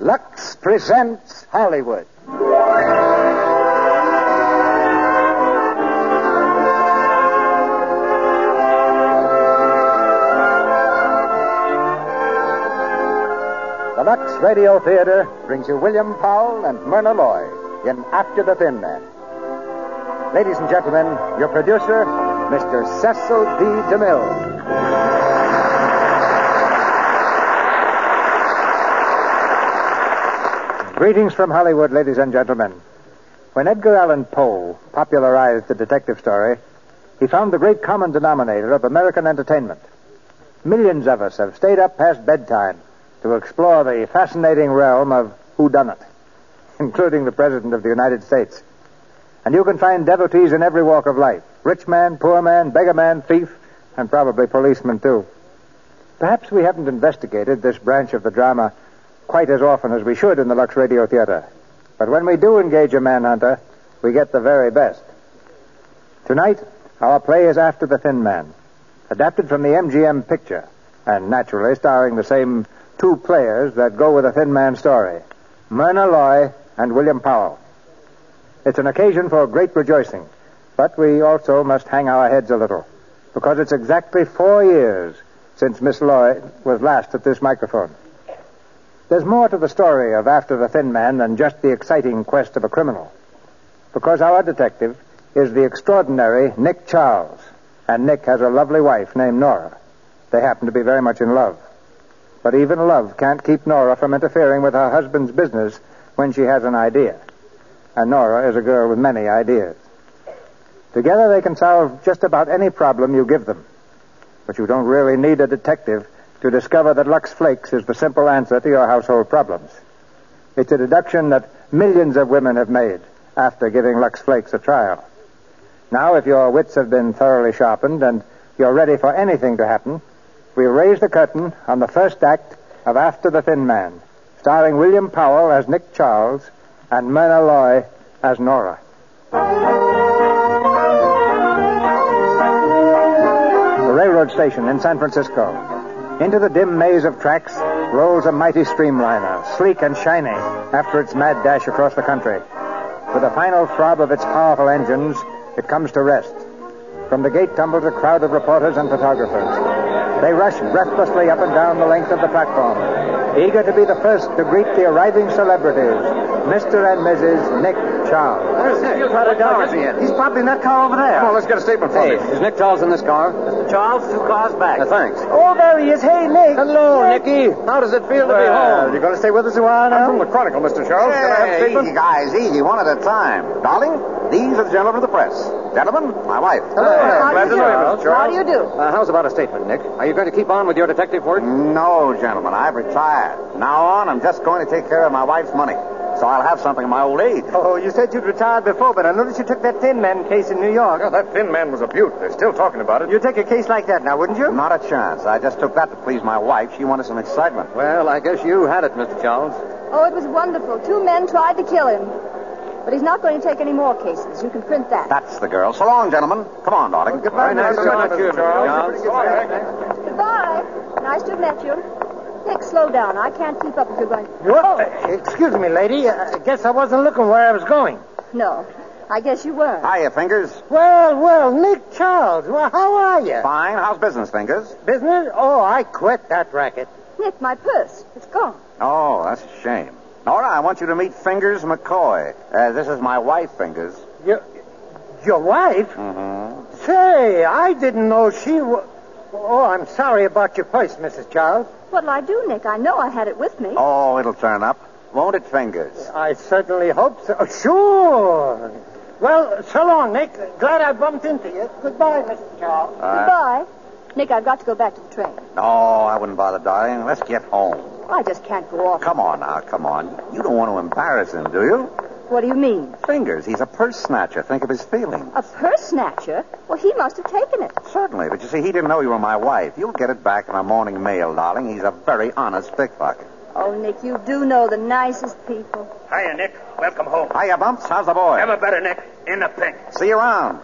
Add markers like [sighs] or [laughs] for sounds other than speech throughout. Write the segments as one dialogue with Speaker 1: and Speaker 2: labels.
Speaker 1: Lux presents Hollywood. The Lux Radio Theater brings you William Powell and Myrna Loy in After the Thin Man. Ladies and gentlemen, your producer, Mr. Cecil B. DeMille. Greetings from Hollywood, ladies and gentlemen. When Edgar Allan Poe popularized the detective story, he found the great common denominator of American entertainment. Millions of us have stayed up past bedtime to explore the fascinating realm of whodunit, including the President of the United States. And you can find devotees in every walk of life rich man, poor man, beggar man, thief, and probably policeman, too. Perhaps we haven't investigated this branch of the drama quite as often as we should in the Lux Radio Theater. But when we do engage a manhunter, we get the very best. Tonight, our play is After the Thin Man, adapted from the MGM picture, and naturally starring the same two players that go with a Thin Man story Myrna Loy and William Powell. It's an occasion for great rejoicing, but we also must hang our heads a little, because it's exactly four years since Miss Loy was last at this microphone. There's more to the story of After the Thin Man than just the exciting quest of a criminal. Because our detective is the extraordinary Nick Charles, and Nick has a lovely wife named Nora. They happen to be very much in love. But even love can't keep Nora from interfering with her husband's business when she has an idea. And Nora is a girl with many ideas. Together they can solve just about any problem you give them. But you don't really need a detective to discover that Lux Flakes is the simple answer to your household problems. It's a deduction that millions of women have made after giving Lux Flakes a trial. Now, if your wits have been thoroughly sharpened and you're ready for anything to happen, we raise the curtain on the first act of After the Thin Man, starring William Powell as Nick Charles and Myrna Loy as Nora. The railroad station in San Francisco. Into the dim maze of tracks rolls a mighty streamliner, sleek and shiny after its mad dash across the country. With a final throb of its powerful engines, it comes to rest. From the gate tumbles a crowd of reporters and photographers. They rush breathlessly up and down the length of the platform, eager to be the first to greet the arriving celebrities, Mr. and Mrs. Nick Charles.
Speaker 2: Where's Nick? What in? He's probably in that car over there. Come on, let's get a statement from him. Is Nick Charles in this car? Mr. Charles, two cars back. thanks.
Speaker 1: Oh, there he is. Hey, Nick.
Speaker 2: Hello, Nicky. How does it feel to be home?
Speaker 1: you going to stay with us a while now?
Speaker 2: Oh. I'm from the Chronicle, Mr. Charles. Can I have a
Speaker 3: Hey,
Speaker 2: statement?
Speaker 3: easy, guys, easy, one at a time. Darling, these are the gentlemen of the press. Gentlemen, my wife.
Speaker 2: Hello. Glad
Speaker 4: How do
Speaker 2: to
Speaker 4: you
Speaker 2: know
Speaker 4: do?
Speaker 2: you, Mr. Oh, Charles.
Speaker 4: How do you do?
Speaker 2: Uh, how's about a statement, Nick? Are you going to keep on with your detective work?
Speaker 3: No, gentlemen, I've retired. Now on, I'm just going to take care of my wife's money. So I'll have something in my old age.
Speaker 4: Oh, you said you'd retired before, but I noticed you took that Thin Man case in New York.
Speaker 2: Yeah, that thin man was a beaut. They're still talking about it.
Speaker 4: You'd take a case like that now, wouldn't you?
Speaker 3: Not a chance. I just took that to please my wife. She wanted some excitement.
Speaker 2: Well, I guess you had it, Mr. Charles.
Speaker 5: Oh, it was wonderful. Two men tried to kill him. But he's not going to take any more cases. You can print that.
Speaker 3: That's the girl. So long, gentlemen. Come on, darling.
Speaker 2: Very nice to meet you, Mr. Charles.
Speaker 5: Goodbye. Nice to have met you. Nick, slow down. I can't keep up with you going.
Speaker 4: Well, oh, excuse me, lady. Uh, I guess I wasn't looking where I was going.
Speaker 5: No, I guess you were.
Speaker 3: Hiya, Fingers.
Speaker 4: Well, well, Nick Charles, well, how are you?
Speaker 3: Fine. How's business, Fingers?
Speaker 4: Business? Oh, I quit that racket.
Speaker 5: Nick, my purse. It's gone.
Speaker 3: Oh, that's a shame. Nora, I want you to meet Fingers McCoy. Uh, this is my wife, Fingers.
Speaker 4: Your, your wife?
Speaker 3: Mm-hmm.
Speaker 4: Say, I didn't know she was. Oh, I'm sorry about your purse, Mrs. Charles.
Speaker 5: What'll I do, Nick? I know I had it with me.
Speaker 3: Oh, it'll turn up. Won't it, Fingers?
Speaker 4: I certainly hope so. Oh, Sure. Well, so long, Nick. Glad I bumped into you. Goodbye, Mr. Charles.
Speaker 3: Uh,
Speaker 5: Goodbye. Nick, I've got to go back to the train.
Speaker 3: no, Oh, I wouldn't bother, darling. Let's get home.
Speaker 5: I just can't go off.
Speaker 3: Come on now, come on. You don't want to embarrass him, do you?
Speaker 5: What do you mean?
Speaker 3: Fingers, he's a purse snatcher. Think of his feelings.
Speaker 5: A purse snatcher? Well, he must have taken it.
Speaker 3: Certainly, but you see, he didn't know you were my wife. You'll get it back in the morning mail, darling. He's a very honest pickpocket.
Speaker 5: Oh, Nick, you do know the nicest people.
Speaker 6: Hiya, Nick. Welcome home.
Speaker 3: Hiya, Bumps. How's the boy?
Speaker 6: Never better, Nick. In the pink.
Speaker 3: See you around.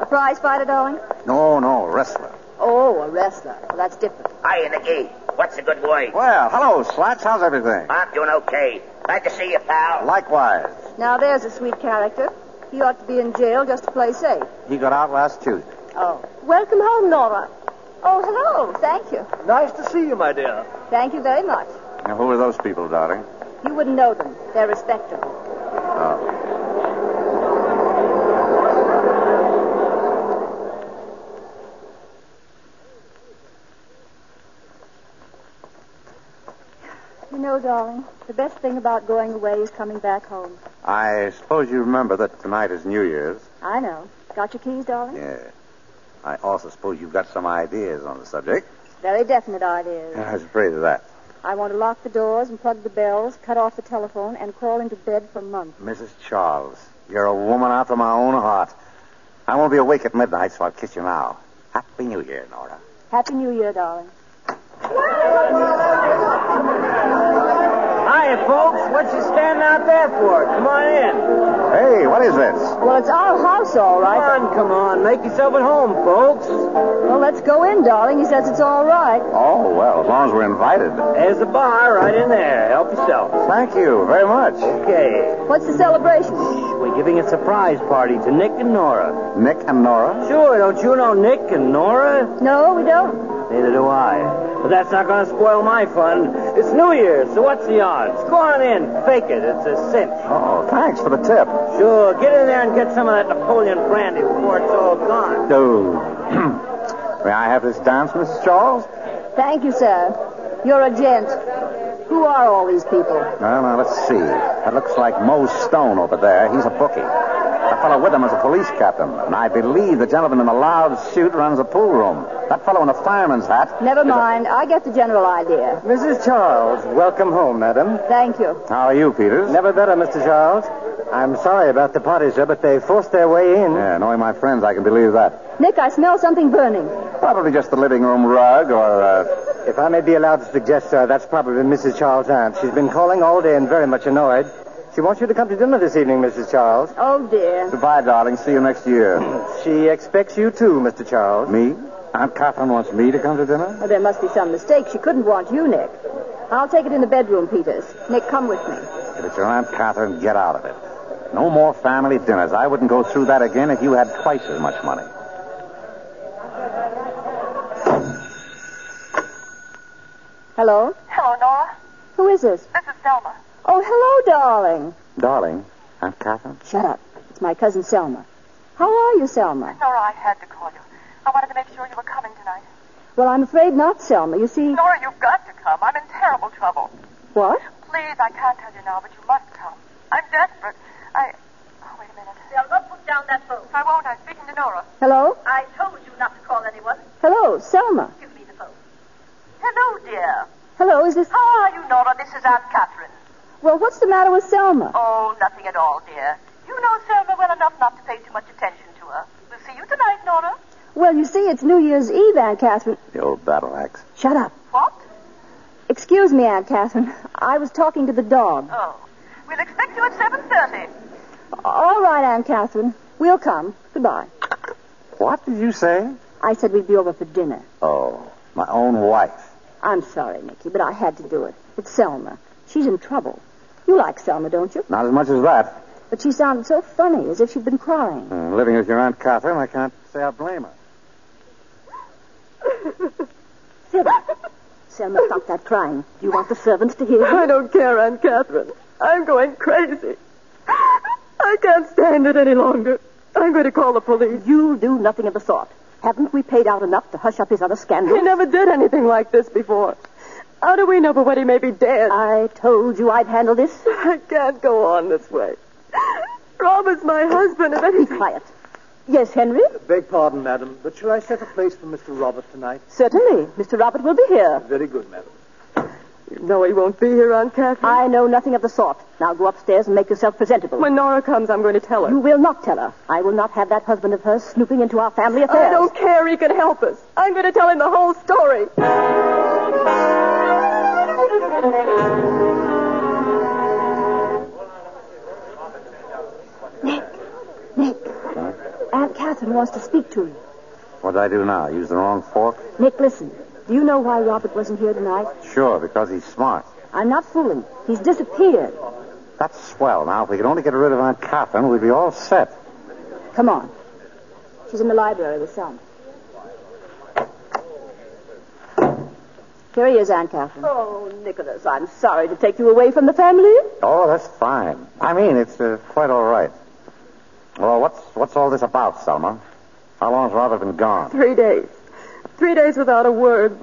Speaker 5: A prize fighter, darling?
Speaker 3: No, no, wrestler.
Speaker 5: Oh, a wrestler. Well, that's different.
Speaker 7: Hiya, Nicky. What's the good word?
Speaker 2: Well, hello, Slats. How's everything?
Speaker 7: I'm doing okay. Glad to see you, pal.
Speaker 2: Likewise.
Speaker 5: Now, there's a sweet character. He ought to be in jail just to play safe.
Speaker 2: He got out last Tuesday.
Speaker 5: Oh. Welcome home, Nora. Oh, hello. Thank you.
Speaker 8: Nice to see you, my dear.
Speaker 5: Thank you very much.
Speaker 2: Now, who are those people, darling?
Speaker 5: You wouldn't know them. They're respectable.
Speaker 2: Oh.
Speaker 5: You know, darling, the best thing about going away is coming back home.
Speaker 2: I suppose you remember that tonight is New Year's.
Speaker 5: I know. Got your keys, darling?
Speaker 2: Yeah. I also suppose you've got some ideas on the subject.
Speaker 5: Very definite ideas.
Speaker 2: I was afraid of that.
Speaker 5: I want to lock the doors and plug the bells, cut off the telephone, and crawl into bed for months.
Speaker 2: Mrs. Charles, you're a woman after my own heart. I won't be awake at midnight, so I'll kiss you now. Happy New Year, Nora.
Speaker 5: Happy New Year, darling.
Speaker 8: Hiya, folks. What you standing out there for? Come on in.
Speaker 2: Hey, what is this?
Speaker 5: Well, it's our house, all
Speaker 8: Come
Speaker 5: right.
Speaker 8: on, come on. Make yourself at home, folks.
Speaker 5: Well, let's go in, darling. He says it's all right.
Speaker 2: Oh, well, as long as we're invited.
Speaker 8: There's a bar right in there. Help yourself.
Speaker 2: Thank you very much.
Speaker 8: Okay.
Speaker 5: What's the celebration?
Speaker 8: We're giving a surprise party to Nick and Nora.
Speaker 2: Nick and Nora?
Speaker 8: Sure, don't you know Nick and Nora?
Speaker 5: No, we don't.
Speaker 8: Neither do I. But that's not going to spoil my fun. It's New Year's, so what's the odds? Go on in. Fake it. It's a cinch.
Speaker 2: Oh, thanks for the tip.
Speaker 8: Sure, get in there and get some of that Napoleon brandy before it's all gone.
Speaker 2: Oh. [clears throat] May I have this dance, Mrs. Charles?
Speaker 5: Thank you, sir. You're a gent. Who are all these people?
Speaker 2: Well, now, let's see. That looks like Mo Stone over there. He's a bookie. That fellow with him is a police captain. And I believe the gentleman in the loud suit runs a pool room. That fellow in a fireman's hat.
Speaker 5: Never mind. I get the general idea.
Speaker 1: Mrs. Charles, welcome home, madam.
Speaker 5: Thank you.
Speaker 2: How are you, Peters?
Speaker 1: Never better, Mr. Charles. I'm sorry about the party, sir, but they forced their way in.
Speaker 2: Yeah, knowing my friends, I can believe that.
Speaker 5: Nick, I smell something burning.
Speaker 2: Probably just the living room rug or, uh,
Speaker 1: If I may be allowed to suggest, sir, that's probably Mrs. Charles' aunt. She's been calling all day and very much annoyed. She wants you to come to dinner this evening, Mrs. Charles.
Speaker 5: Oh, dear.
Speaker 2: goodbye, darling. See you next year.
Speaker 1: She expects you too, Mr. Charles.
Speaker 2: me? Aunt Catherine wants me to come to dinner?
Speaker 5: Well, there must be some mistake. She couldn't want you, Nick. I'll take it in the bedroom, Peters. Nick, come with me.
Speaker 2: If it's your Aunt Catherine, get out of it. No more family dinners. I wouldn't go through that again if you had twice as much money.
Speaker 5: Hello?
Speaker 9: Hello, Nora.
Speaker 5: Who is this?
Speaker 9: This is Selma.
Speaker 5: Oh, hello, darling.
Speaker 2: Darling, Aunt Catherine?
Speaker 5: Shut up. It's my cousin Selma. How are you, Selma?
Speaker 9: Nora, I had to call you. I wanted to make sure you were coming tonight.
Speaker 5: Well, I'm afraid not, Selma. You see.
Speaker 9: Nora, you've got to come. I'm in terrible trouble.
Speaker 5: What?
Speaker 9: Please, I can't tell you now, but you must come. I'm desperate. I. Oh, wait a minute. Selma, put down that phone. I won't. I'm speaking to Nora.
Speaker 5: Hello?
Speaker 9: I told you not to call anyone.
Speaker 5: Hello, Selma.
Speaker 9: Give me the phone. Hello, dear.
Speaker 5: Hello, is this.
Speaker 9: How are you, Nora? This is Aunt Catherine.
Speaker 5: Well, what's the matter with Selma?
Speaker 9: Oh, nothing at all, dear. You know Selma well enough not to pay too much attention to her. We'll see you tonight, Nora.
Speaker 5: Well, you see, it's New Year's Eve, Aunt Catherine.
Speaker 2: The old battle axe.
Speaker 5: Shut up.
Speaker 9: What?
Speaker 5: Excuse me, Aunt Catherine. I was talking to the
Speaker 10: Um.
Speaker 5: dog.
Speaker 9: Oh. We'll expect you at 7.30. Oh.
Speaker 5: All right, Aunt Catherine. We'll come. Goodbye.
Speaker 2: What did you say?
Speaker 5: I said we'd be over for dinner.
Speaker 2: Oh, my own wife.
Speaker 5: I'm sorry, Nicky, but I had to do it. It's Selma. She's in trouble. You like Selma, don't you?
Speaker 2: Not as much as that.
Speaker 5: But she sounded so funny, as if she'd been crying.
Speaker 2: Mm, living with your Aunt Catherine, I can't say I blame her.
Speaker 5: Sit up. Selma, stop that crying. Do you want the servants to hear?
Speaker 10: I don't care, Aunt Catherine. I'm going crazy. I can't stand it any longer. I'm going to call the police.
Speaker 5: You'll do nothing of the sort. Haven't we paid out enough to hush up his other
Speaker 10: He
Speaker 5: scandal?
Speaker 10: never did anything like this before. How do we know but what he may be dead?
Speaker 5: I told you I'd handle this.
Speaker 10: [laughs] I can't go on this way. Rob is my husband, and then
Speaker 5: Be quiet. Yes, Henry?
Speaker 8: Beg pardon, madam, but shall I set a place for Mr. Robert tonight?
Speaker 5: Certainly. Mr. Robert will be here.
Speaker 8: Very good, madam.
Speaker 10: You know he won't be here, Aunt Catherine.
Speaker 5: I know nothing of the sort. Now go upstairs and make yourself presentable.
Speaker 10: When Nora comes, I'm going to tell her.
Speaker 5: You will not tell her. I will not have that husband of hers snooping into our family affairs.
Speaker 10: I don't care. He can help us. I'm going to tell him the whole story.
Speaker 5: Nick, Aunt Catherine wants to speak to you.
Speaker 2: What did I do now? Use the wrong fork?
Speaker 5: Nick, listen. Do you know why Robert wasn't here tonight?
Speaker 2: Sure, because he's smart.
Speaker 5: I'm not fooling. He's disappeared.
Speaker 2: That's swell. Now, if we could only get rid of Aunt Catherine, we'd be all set.
Speaker 5: Come on. She's in the library with some. Here he is, Aunt Catherine.
Speaker 9: Oh, Nicholas, I'm sorry to take you away from the family.
Speaker 2: Oh, that's fine. I mean, it's uh, quite all right. Well, what's what's all this about, Selma? How long's Robert been gone?
Speaker 9: Three days. Three days without a word.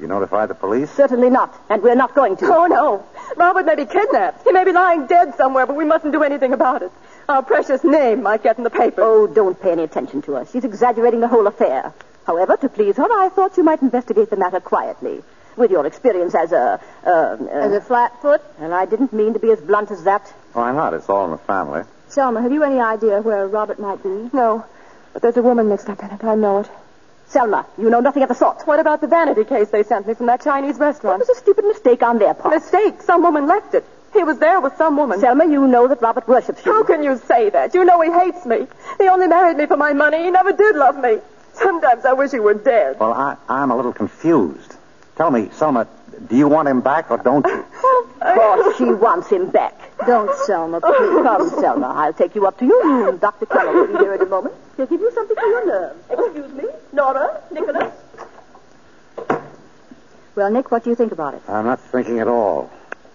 Speaker 2: You notified the police?
Speaker 5: Certainly not, and we're not going to.
Speaker 9: Oh, no. Robert may be kidnapped. He may be lying dead somewhere, but we mustn't do anything about it. Our precious name might get in the paper.
Speaker 5: Oh, don't pay any attention to her. She's exaggerating the whole affair. However, to please her, I thought you might investigate the matter quietly. With your experience as a. Uh, uh,
Speaker 10: As a flatfoot?
Speaker 5: And I didn't mean to be as blunt as that.
Speaker 2: Why not? It's all in the family.
Speaker 10: Selma, have you any idea where Robert might be?
Speaker 11: No, but there's a woman mixed up in it. I know it.
Speaker 5: Selma, you know nothing of the sort.
Speaker 9: What about the vanity case they sent me from that Chinese
Speaker 5: It
Speaker 9: restaurant?
Speaker 5: was a stupid mistake on their part.
Speaker 9: Mistake. Some woman left it. He was there with some woman.
Speaker 5: Selma, you know that Robert worships you.
Speaker 9: How can you say that? You know he hates me. He only married me for my money. He never did love me. Sometimes I wish he were dead.
Speaker 2: Well, I, I'm a little confused. Tell me, Selma, do you want him back or don't you?
Speaker 10: Oh,
Speaker 5: Of course, she wants him back.
Speaker 10: Don't, Selma, please.
Speaker 5: Come, Selma. I'll take you up to your room. Dr. Keller will be here in a moment. He'll give you something for your nerves.
Speaker 9: Excuse me, Nora, Nicholas.
Speaker 5: Well, Nick, what do you think about it?
Speaker 2: [laughs] I'm not thinking at all.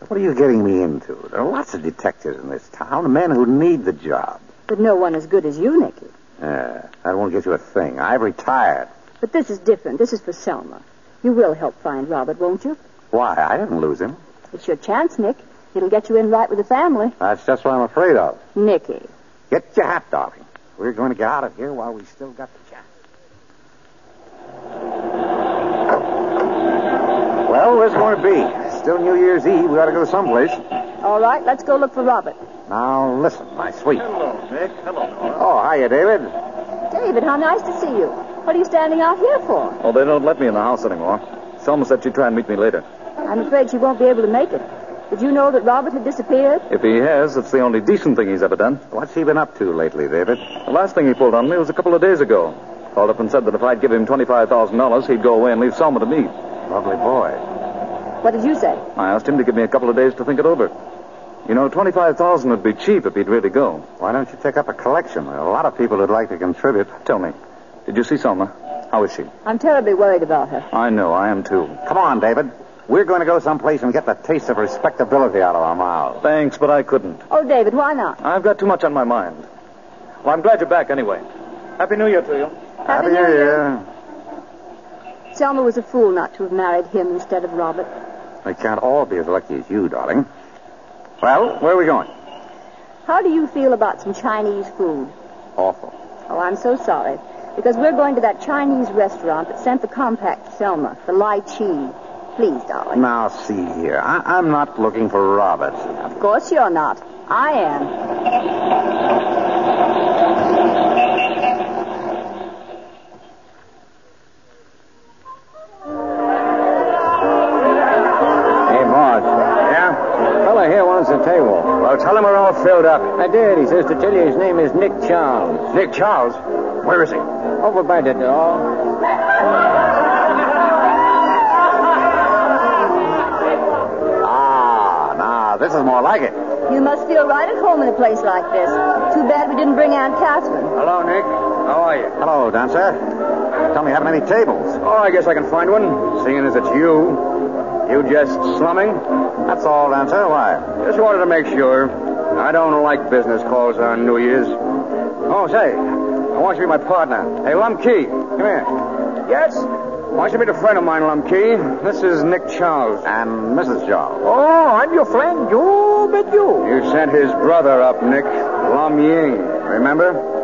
Speaker 2: What are you getting me into? There are lots of detectives in this town, men who need the job.
Speaker 5: But no one as good as you, Nicky.
Speaker 2: Yeah, that won't get you a thing. I've retired.
Speaker 5: But this is different. This is for Selma. You will help find Robert, won't you?
Speaker 2: Why? I didn't lose him.
Speaker 5: It's your chance, Nick. It'll get you in right with the family.
Speaker 2: That's just what I'm afraid of.
Speaker 5: Nicky.
Speaker 2: Get your hat, darling. We're going to get out of here while we still got the chance. Well, where's it going to be? Still New Year's Eve. We ought to go someplace.
Speaker 5: All right, let's go look for Robert.
Speaker 2: Now, listen, my sweet.
Speaker 12: Hello, Nick. Hello, Nora.
Speaker 2: Oh, hiya, David.
Speaker 5: David, how nice to see you. What are you standing out here for?
Speaker 12: Oh, they don't let me in the house anymore. Selma said she'd try and meet me later.
Speaker 5: I'm afraid she won't be able to make it. Did you know that Robert had disappeared?
Speaker 12: If he has, it's the only decent thing he's ever done.
Speaker 2: What's he been up to lately, David?
Speaker 12: The last thing he pulled on me was a couple of days ago. Called up and said that if I'd give him $25,000, he'd go away and leave Selma to me.
Speaker 2: Lovely boy.
Speaker 5: What did you say?
Speaker 12: I asked him to give me a couple of days to think it over. You know, 25000 would be cheap if he'd really go.
Speaker 2: Why don't you take up a collection? There are a lot of people who'd like to contribute.
Speaker 12: Tell me, did you see Selma? How is she?
Speaker 5: I'm terribly worried about her.
Speaker 12: I know, I am too.
Speaker 2: Come on, David. We're going to go someplace and get the taste of respectability out of our mouths.
Speaker 12: Thanks, but I couldn't.
Speaker 5: Oh, David, why not?
Speaker 12: I've got too much on my mind. Well, I'm glad you're back anyway. Happy New Year to you.
Speaker 5: Happy New Year. Selma was a fool not to have married him instead of Robert.
Speaker 2: They can't all be as lucky as you, darling. Well, where are we going?
Speaker 5: How do you feel about some Chinese food?
Speaker 2: Awful.
Speaker 5: Oh, I'm so sorry. Because we're going to that Chinese restaurant that sent the compact to Selma, the lychee. Please, darling.
Speaker 2: Now, see here. I- I'm not looking for Roberts.
Speaker 5: Of course you're not. I am.
Speaker 2: Hey, boss. Yeah? Fella here wants a table. Well, tell him we're all filled up. I did. He says to tell you his name is Nick Charles. Nick Charles? Where is he? Over by the door. Ah, now, this is more like it.
Speaker 5: You must feel right at home in a place like this. Too bad we didn't bring Aunt Catherine.
Speaker 2: Hello, Nick. How are you? Hello, dancer. Tell me, you haven't any tables? Oh, I guess I can find one. Seeing as it's you. You just slumming? That's all, dancer. Why? Just wanted to make sure. I don't like business calls on New Year's. Oh, say, I want you to be my partner. Hey, Lumkey, come here. Yes? I want you to meet a friend of mine, Lumkey. This is Nick Charles. And Mrs. Charles.
Speaker 6: Oh, I'm your friend. You bet you.
Speaker 2: You sent his brother up, Nick. Lum Ying, remember?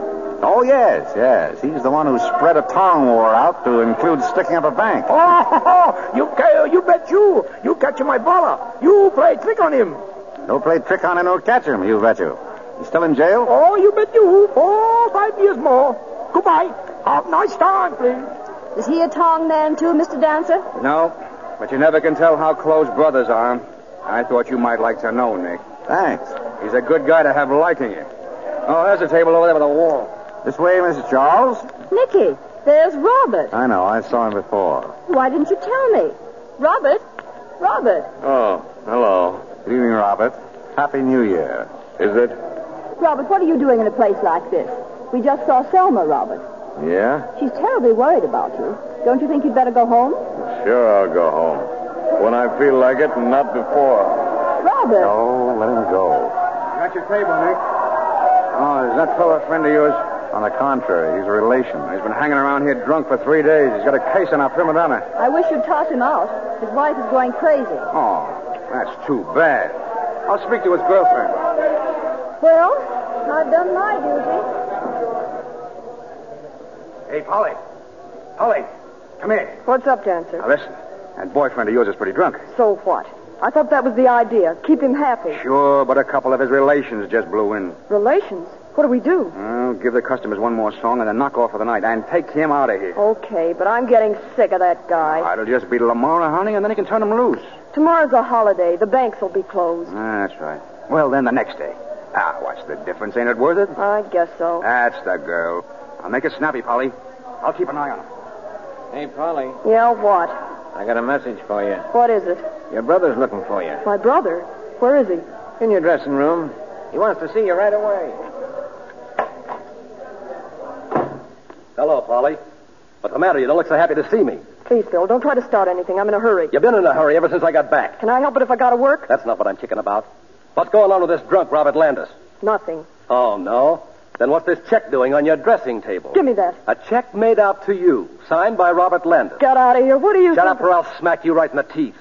Speaker 2: Oh, yes, yes. He's the one who spread a tongue war out to include sticking up a [laughs] bank.
Speaker 6: Oh, you ca- you bet you. You catch my baller. You play trick on him.
Speaker 2: No play trick on him, no catch him, you bet you. He's still in jail?
Speaker 6: Oh, you bet you. Oh, five years more. Goodbye. Have nice time, please.
Speaker 5: Is he a Tong man, too, Mr. Dancer?
Speaker 2: No, but you never can tell how close brothers are. I thought you might like to know, Nick. Thanks. He's a good guy to have liking you. Oh, there's a table over there by the wall. This way, Mrs. Charles.
Speaker 5: Nicky,
Speaker 13: There's Robert.
Speaker 2: I know. I saw him before.
Speaker 13: Why didn't you tell me? Robert? Robert?
Speaker 2: Oh, hello. Good evening, Robert. Happy New Year. Is it?
Speaker 13: Robert, what are you doing in a place like this? We just saw Selma, Robert.
Speaker 2: Yeah?
Speaker 13: She's terribly worried about you. Don't you think you'd better go home?
Speaker 2: Sure, I'll go home. When I feel like it, and not before.
Speaker 13: Robert!
Speaker 2: No, let him go.
Speaker 14: Got your table, Nick.
Speaker 2: Oh, is that fellow a friend of yours? On the contrary, he's a relation. He's been hanging around here drunk for three days. He's got a case on our prima donna.
Speaker 13: I wish you'd toss him out. His wife is going crazy.
Speaker 2: Oh, that's too bad. I'll speak to his girlfriend.
Speaker 5: Well, I've done my duty.
Speaker 2: Hey, Polly. Polly, come here.
Speaker 9: What's up, Dancer?
Speaker 2: Now, listen. That boyfriend of yours is pretty drunk.
Speaker 9: So what? I thought that was the idea. Keep him happy.
Speaker 2: Sure, but a couple of his relations just blew in.
Speaker 9: Relations? What do we do?
Speaker 2: Well, give the customers one more song and a knockoff for the night, and take him out of here.
Speaker 9: Okay, but I'm getting sick of that guy.
Speaker 2: It'll just be Lamora, honey, and then he can turn them loose.
Speaker 9: Tomorrow's a holiday. The banks will be closed.
Speaker 2: That's right. Well, then the next day. Ah, what's the difference? Ain't it worth it?
Speaker 9: I guess so.
Speaker 2: That's the girl. I'll make it snappy, Polly. I'll keep an eye on him.
Speaker 15: Hey, Polly,
Speaker 9: Yeah, what?
Speaker 15: I got a message for you.
Speaker 9: What is it?
Speaker 15: Your brother's looking for you.
Speaker 9: My brother? Where is he?
Speaker 15: In your dressing room. He wants to see you right away.
Speaker 16: Hello, Polly. What's the matter? You don't look so happy to see me.
Speaker 9: Please, Bill, don't try to start anything. I'm in a hurry.
Speaker 16: You've been in a hurry ever since I got back.
Speaker 9: Can I help it if I gotta work?
Speaker 16: That's not what I'm kicking about. What's going on with this drunk Robert Landis?
Speaker 9: Nothing.
Speaker 16: Oh, no? Then what's this check doing on your dressing table?
Speaker 9: Give me that.
Speaker 16: A check made out to you, signed by Robert Landis.
Speaker 9: Get out of here. What are you?
Speaker 16: Shut up or I'll smack you right in the teeth.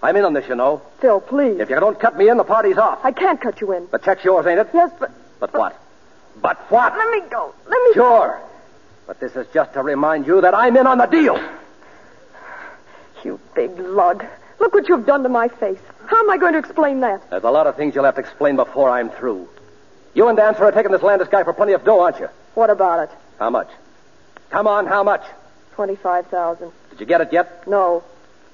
Speaker 16: I'm in on this, you know.
Speaker 9: Phil, please.
Speaker 16: If you don't cut me in, the party's off.
Speaker 9: I can't cut you in.
Speaker 16: The check's yours, ain't it?
Speaker 9: Yes, but.
Speaker 16: But what? But what?
Speaker 9: Let me go. Let me.
Speaker 16: Sure. But this is just to remind you that I'm in on the deal.
Speaker 9: You big lug. Look what you've done to my face. How am I going to explain that?
Speaker 16: There's a lot of things you'll have to explain before I'm through. You and Dancer are taking this Landis guy for plenty of dough, aren't you?
Speaker 9: What about it?
Speaker 16: How much? Come on, how much?
Speaker 9: 25,000.
Speaker 16: Did you get it yet?
Speaker 9: No.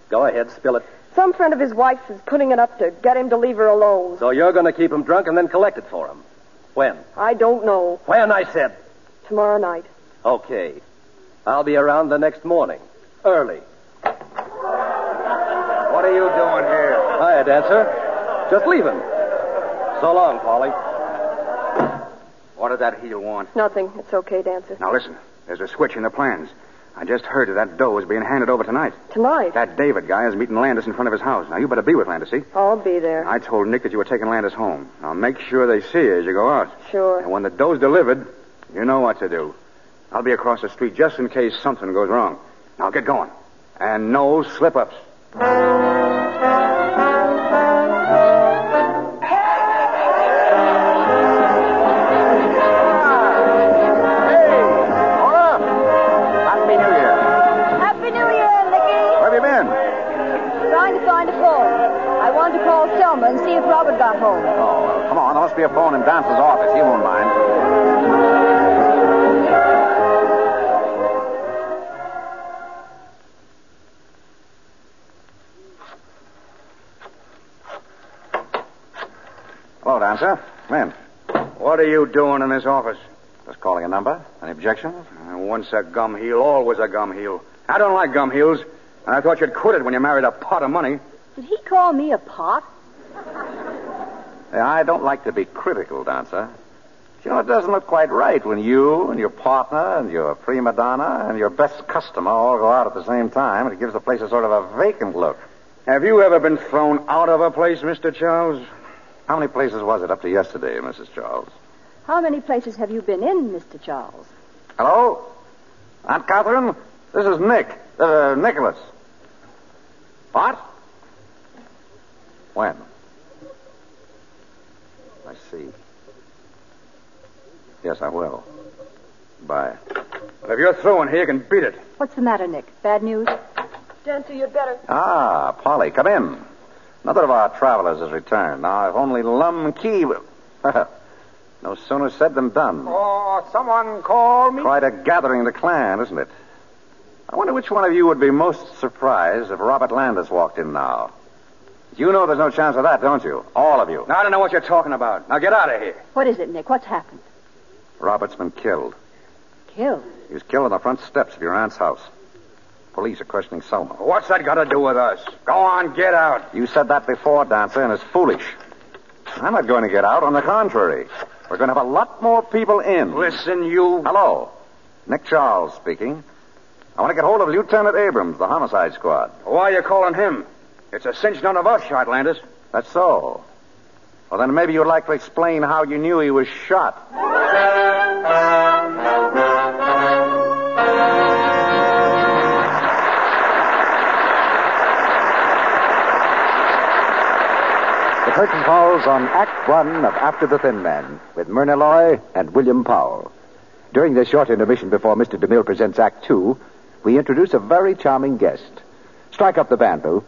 Speaker 16: Go ahead, spill it.
Speaker 9: Some friend of his wife's is putting it up to get him to leave her alone.
Speaker 16: So you're going to keep him drunk and then collect it for him. When?
Speaker 9: I don't know.
Speaker 16: When, I said.
Speaker 9: Tomorrow night.
Speaker 16: Okay. I'll be around the next morning. Early. What are you doing here? Hiya, Dancer. Just leaving. So long, Polly.
Speaker 2: What did that heel want?
Speaker 9: Nothing. It's okay, Dancer.
Speaker 2: Now listen, there's a switch in the plans. I just heard that that dough is being handed over tonight.
Speaker 9: Tonight?
Speaker 2: That David guy is meeting Landis in front of his house. Now you better be with Landis, see?
Speaker 9: I'll be there.
Speaker 2: I told Nick that you were taking Landis home. Now make sure they see you as you go out.
Speaker 9: Sure.
Speaker 2: And when the dough's delivered, you know what to do. I'll be across the street just in case something goes wrong. Now get going. And no slip ups.
Speaker 3: Happy New Year.
Speaker 5: Happy New Year, Nicky.
Speaker 2: Where have you been?
Speaker 5: Trying to find a phone. I wanted to call Selma and see if Robert got home.
Speaker 2: Oh, well, come on. There must be a phone in Dancer's office. He won't mind. Hello, Dancer. Come in. What are you doing in this office? Just calling a number. Any objection? once a gum heel, always a gum heel. I don't like gum heels. And I thought you'd quit it when you married a pot of money.
Speaker 5: Did he call me a pot?
Speaker 1: I don't like to be critical, Dancer. You know, it doesn't look quite right when you and your partner and your prima donna and your best customer all go out at the same time. It gives the place a sort of a vacant look.
Speaker 2: Have you ever been thrown out of a place, Mr. Charles?
Speaker 1: How many places was it up to yesterday, Mrs. Charles?
Speaker 5: How many places have you been in, Mr. Charles?
Speaker 1: Hello? Aunt Catherine? This is Nick. Uh, Nicholas. What? When? I see. Yes, I will. Bye.
Speaker 2: If you're through in here, you can beat it.
Speaker 5: What's the matter, Nick? Bad news?
Speaker 9: Dancer, you'd better.
Speaker 1: Ah, Polly, come in. Another of our travelers has returned. Now, if only Lum Key will. [laughs] no sooner said than done.
Speaker 17: Oh, someone call me.
Speaker 1: Quite a gathering of the clan, isn't it? I wonder which one of you would be most surprised if Robert Landis walked in now. You know there's no chance of that, don't you? All of you.
Speaker 2: Now, I don't know what you're talking about. Now get out of here.
Speaker 5: What is it, Nick? What's happened?
Speaker 1: Robert's been killed.
Speaker 5: Killed?
Speaker 18: He was killed on the front steps of your aunt's house. Police are questioning Selma.
Speaker 3: What's that got to do with us? Go on, get out.
Speaker 18: You said that before, Dancer, and it's foolish. I'm not going to get out. On the contrary, we're going to have a lot more people in.
Speaker 3: Listen, you.
Speaker 18: Hello. Nick Charles speaking. I want to get hold of Lieutenant Abrams, the homicide squad.
Speaker 3: Why are you calling him? It's a cinch none of us shot Landis.
Speaker 18: That's so. Well, then maybe you'd like to explain how you knew he was shot.
Speaker 19: The curtain falls on Act One of After the Thin Man with Myrna Loy and William Powell. During this short intermission before Mr. DeMille presents Act Two, we introduce a very charming guest. Strike up the band, Boo.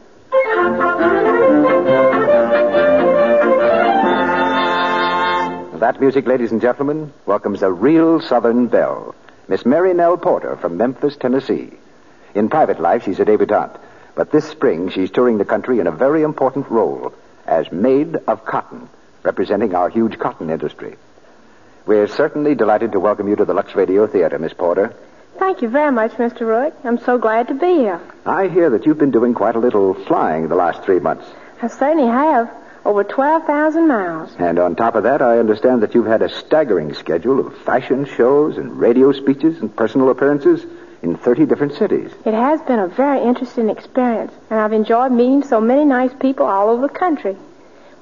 Speaker 19: That music, ladies and gentlemen, welcomes a real Southern belle, Miss Mary Nell Porter from Memphis, Tennessee. In private life, she's a debutante, but this spring she's touring the country in a very important role as maid of cotton, representing our huge cotton industry. We're certainly delighted to welcome you to the Lux Radio Theater, Miss Porter.
Speaker 20: Thank you very much, Mr. Rourke. I'm so glad to be here.
Speaker 19: I hear that you've been doing quite a little flying the last three months.
Speaker 20: I certainly have over 12,000 miles.
Speaker 19: And on top of that, I understand that you've had a staggering schedule of fashion shows and radio speeches and personal appearances in 30 different cities.
Speaker 20: It has been a very interesting experience, and I've enjoyed meeting so many nice people all over the country.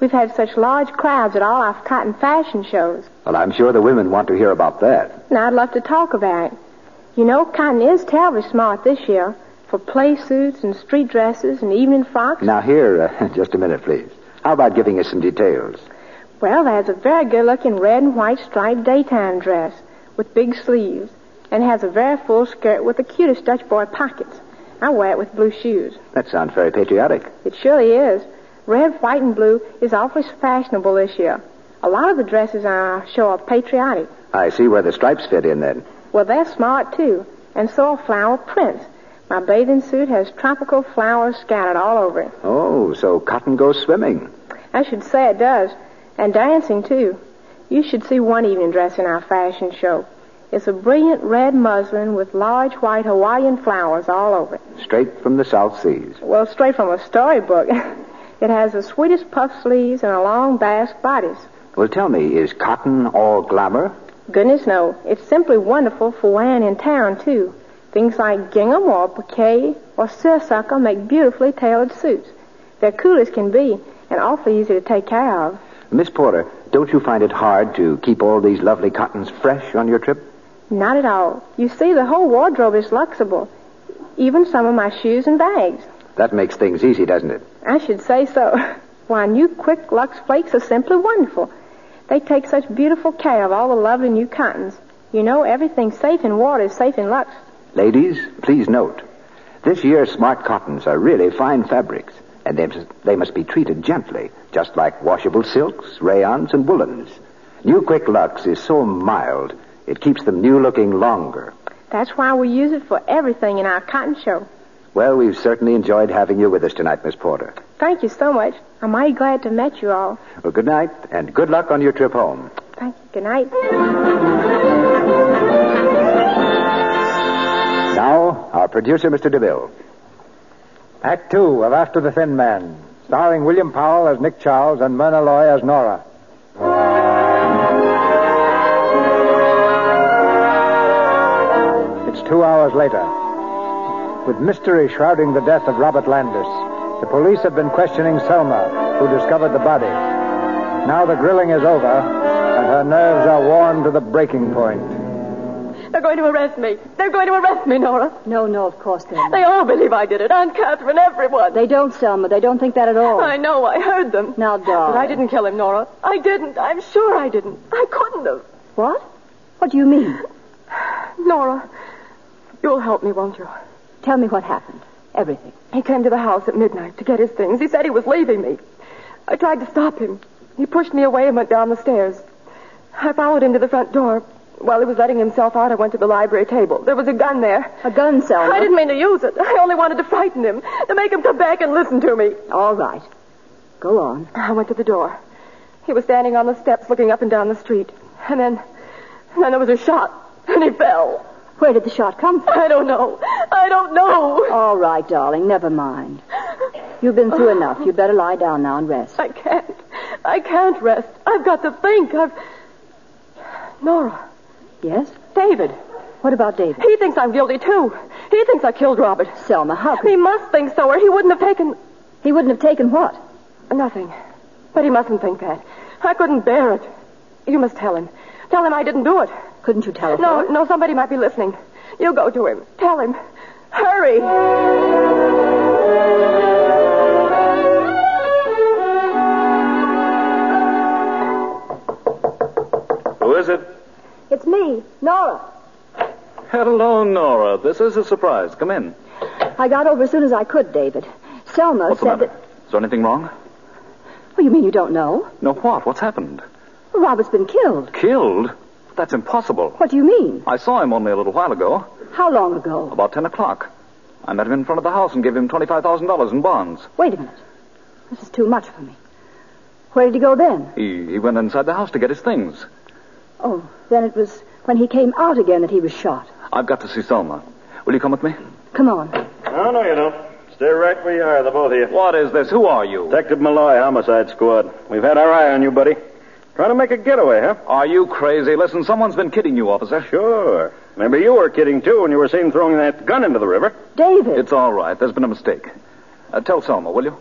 Speaker 20: We've had such large crowds at all our cotton fashion shows,
Speaker 19: Well, I'm sure the women want to hear about that.
Speaker 20: and I'd love to talk about it. You know, cotton is terribly smart this year for play suits and street dresses and evening frocks.
Speaker 19: Now, here, uh, [laughs] just a minute, please. How about giving us some details?
Speaker 20: Well, there's a very good looking red and white striped daytime dress with big sleeves and has a very full skirt with the cutest Dutch boy pockets. I wear it with blue shoes.
Speaker 19: That sounds very patriotic.
Speaker 20: It surely is. Red, white, and blue is awfully fashionable this year. A lot of the dresses on our show are patriotic.
Speaker 19: I see where the stripes fit in then.
Speaker 20: Well, they're smart too, and so are flower prints. My bathing suit has tropical flowers scattered all over it.
Speaker 19: Oh, so cotton goes swimming.
Speaker 20: I should say it does. And dancing, too. You should see one evening dress in our fashion show. It's a brilliant red muslin with large white Hawaiian flowers all over it.
Speaker 19: Straight from the South Seas.
Speaker 20: Well, straight from a storybook. it has the sweetest puff sleeves and a long basque bodice.
Speaker 19: Well, tell me, is cotton all glamour?
Speaker 20: Goodness no, it's simply wonderful for wearing in town, too. Things like gingham or piqué or seersucker make beautifully tailored suits. They're cool as can be and awfully easy to take care of.
Speaker 19: Miss Porter, don't you find it hard to keep all these lovely cottons fresh on your trip?
Speaker 20: Not at all. You see, the whole wardrobe is luxable, even some of my shoes and bags.
Speaker 19: That makes things easy, doesn't it?
Speaker 20: I should say so. [laughs] Why, new quick Lux flakes are simply wonderful. They take such beautiful care of all the lovely new cottons. You know, everything safe in water is safe in Lux.
Speaker 19: Ladies, please note, this year's smart cottons are really fine fabrics, and they, they must be treated gently, just like washable silks, rayons, and woolens. New Quick Lux is so mild, it keeps them new looking longer.
Speaker 20: That's why we use it for everything in our cotton show.
Speaker 19: Well, we've certainly enjoyed having you with us tonight, Miss Porter.
Speaker 20: Thank you so much. I'm mighty glad to meet you all.
Speaker 19: Well, good night, and good luck on your trip home.
Speaker 20: Thank you. Good night.
Speaker 19: Now, our producer, Mr. DeVille.
Speaker 1: Act two of After the Thin Man, starring William Powell as Nick Charles and Myrna Loy as Nora. It's two hours later. With mystery shrouding the death of Robert Landis, the police have been questioning Selma, who discovered the body. Now the grilling is over, and her nerves are worn to the breaking point.
Speaker 9: [laughs] They're going to arrest me. They're going to arrest me, Nora.
Speaker 21: No, no, of course they're not.
Speaker 9: They all believe I did it. Aunt Catherine, everyone.
Speaker 21: They don't, Selma. They don't think that at all.
Speaker 9: I know. I heard them.
Speaker 21: Now, darling.
Speaker 9: But I didn't kill him, Nora. I didn't. I'm sure I didn't. I couldn't have.
Speaker 21: What? What do you mean?
Speaker 9: [sighs] Nora, you'll help me, won't you?
Speaker 21: Tell me what happened. Everything.
Speaker 9: He came to the house at midnight to get his things. He said he was leaving me. I tried to stop him. He pushed me away and went down the stairs. I followed him to the front door. While he was letting himself out, I went to the library table. There was a gun there.
Speaker 21: A gun, Selma.
Speaker 9: I didn't mean to use it. I only wanted to frighten him, to make him come back and listen to me.
Speaker 21: All right. Go on.
Speaker 9: I went to the door. He was standing on the steps looking up and down the street. And then, and then there was a shot, and he fell.
Speaker 5: Where did the shot come from? I don't know. I
Speaker 9: Oh,
Speaker 5: don't know. All right, darling. Never mind. You've been through enough. You'd better lie down now and rest.
Speaker 9: I can't. I can't rest. I've got to think. I've. Nora.
Speaker 5: Yes?
Speaker 9: David.
Speaker 5: What about David?
Speaker 9: He thinks I'm guilty, too. He thinks I killed Robert.
Speaker 5: Selma, how
Speaker 9: He must think so, or he wouldn't have taken.
Speaker 5: He wouldn't have taken what?
Speaker 9: Nothing. But he mustn't think that. I couldn't bear it. You must tell him. Tell him I didn't do it.
Speaker 5: Couldn't you tell us?
Speaker 9: No, no, somebody might be listening. You go to him. Tell him. Hurry.
Speaker 12: Who is it?
Speaker 1: It's me, Nora.
Speaker 12: Hello, Nora. This is a surprise. Come in.
Speaker 5: I got over as soon as I could, David. Selma
Speaker 12: What's the
Speaker 5: said
Speaker 12: matter? Is there anything wrong?
Speaker 5: that. Well, you mean you don't know?
Speaker 12: No, what? What's happened?
Speaker 5: Robert's been killed.
Speaker 12: Killed? That's impossible.
Speaker 5: What do you mean?
Speaker 12: I saw him only a little while ago,
Speaker 5: How long ago?
Speaker 12: about 10 o'clock. I met him in front of the house and gave him $25,000 in bonds.
Speaker 5: Wait a minute. This is too much for me. Where did he go then?
Speaker 12: He, he went inside the house to get his things.
Speaker 5: Oh, then it was when he came out again that he was shot.
Speaker 12: I've got to see Selma. Will you come with me?
Speaker 5: Come on.
Speaker 8: No, no, you don't. Stay right where you are, the both of you.
Speaker 12: What is this? Who are you?
Speaker 8: Detective Malloy, Homicide Squad. We've had our eye on you, buddy. Trying to make a getaway, huh?
Speaker 12: Are you crazy? Listen, someone's been kidding you, officer.
Speaker 8: Sure. Remember, you were kidding, too, when you were seen throwing that gun into the river.
Speaker 5: David.
Speaker 12: It's all right. There's been a mistake. Uh, tell Selma, will you?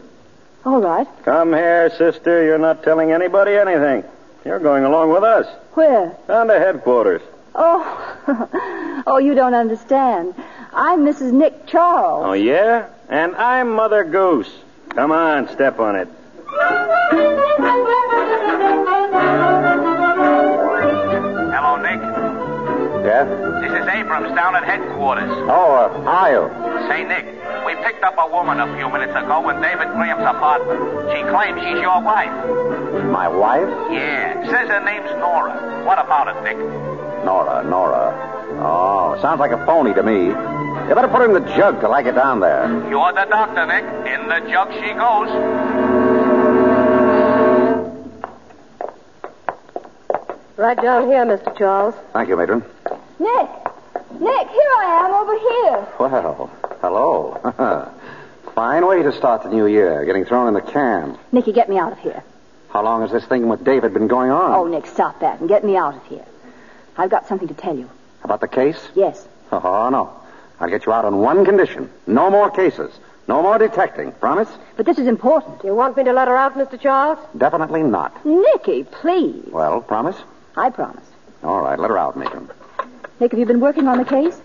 Speaker 5: All right.
Speaker 8: Come here, sister. You're not telling anybody anything. You're going along with us.
Speaker 5: Where?
Speaker 8: Down to headquarters.
Speaker 5: [laughs] Oh. oh, you don't understand. I'm Mrs. Nick Charles.
Speaker 8: Oh, yeah? And I'm Mother Goose. Come on, step on it.
Speaker 6: Hello, Nick.
Speaker 2: Yes?
Speaker 6: This is Abrams down at headquarters.
Speaker 2: Oh, uh, Hiel.
Speaker 6: Say, Nick, we picked up a woman a few minutes ago in David Graham's apartment. She claims she's your wife.
Speaker 2: My wife?
Speaker 6: Yeah. Says her name's Nora. What about it, Nick?
Speaker 2: Nora, Nora. Oh, sounds like a phony to me. You better put her in the jug till I get down there.
Speaker 6: You're the doctor, Nick. In the jug she goes.
Speaker 22: Right down here, Mr. Charles.
Speaker 2: Thank you, matron.
Speaker 1: Nick! Nick, here I am over here.
Speaker 2: Well, hello. [laughs] Fine way to start the new year, getting thrown in the can.
Speaker 5: Nicky, get me out of here.
Speaker 2: How long has this thing with David been going on?
Speaker 5: Oh, Nick, stop that and get me out of here. I've got something to tell you.
Speaker 2: About the case?
Speaker 5: Yes.
Speaker 2: [laughs] Oh, no. I'll get you out on one condition. No more cases. No more detecting. Promise?
Speaker 5: But this is important.
Speaker 22: You want me to let her out, Mr. Charles?
Speaker 2: Definitely not.
Speaker 5: Nicky, please.
Speaker 2: Well, promise?
Speaker 5: I promise.
Speaker 2: All right, let her out, matron.
Speaker 5: Nick, have you been working on the case?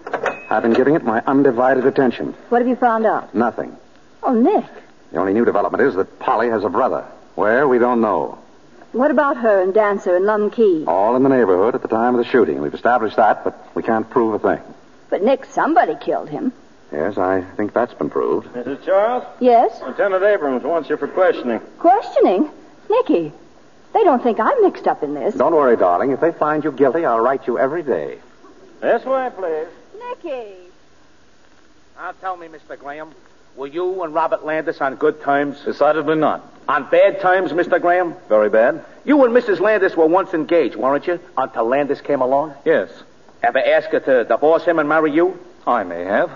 Speaker 2: I've been giving it my undivided attention.
Speaker 5: What have you found out?
Speaker 2: Nothing.
Speaker 5: Oh, Nick,
Speaker 2: The only new development is that Polly has a brother. Where, we don't know.
Speaker 5: what about her and Dancer and Lum Key?
Speaker 2: All in the neighborhood at the time of the shooting. We've established that, but we can't prove a thing.
Speaker 5: But Nick, somebody killed him.
Speaker 2: Yes, I think that's been proved.
Speaker 8: Mrs. Charles?
Speaker 5: Yes?
Speaker 8: Lieutenant Abrams wants you for questioning.
Speaker 5: Questioning? Nicky, they don't think I'm mixed up in this.
Speaker 2: Don't worry, darling. If they find you guilty, I'll write you every day.
Speaker 8: This way, please.
Speaker 1: Nicky!
Speaker 6: Now tell me, Mr. Graham, were you and Robert Landis on good terms? Decidedly not. On bad terms, Mr. Graham?
Speaker 12: Very bad?
Speaker 6: You and Mrs. Landis were once engaged, weren't you? Until Landis came along?
Speaker 12: Yes.
Speaker 6: Ever ask her to divorce him and marry you?
Speaker 12: I may have.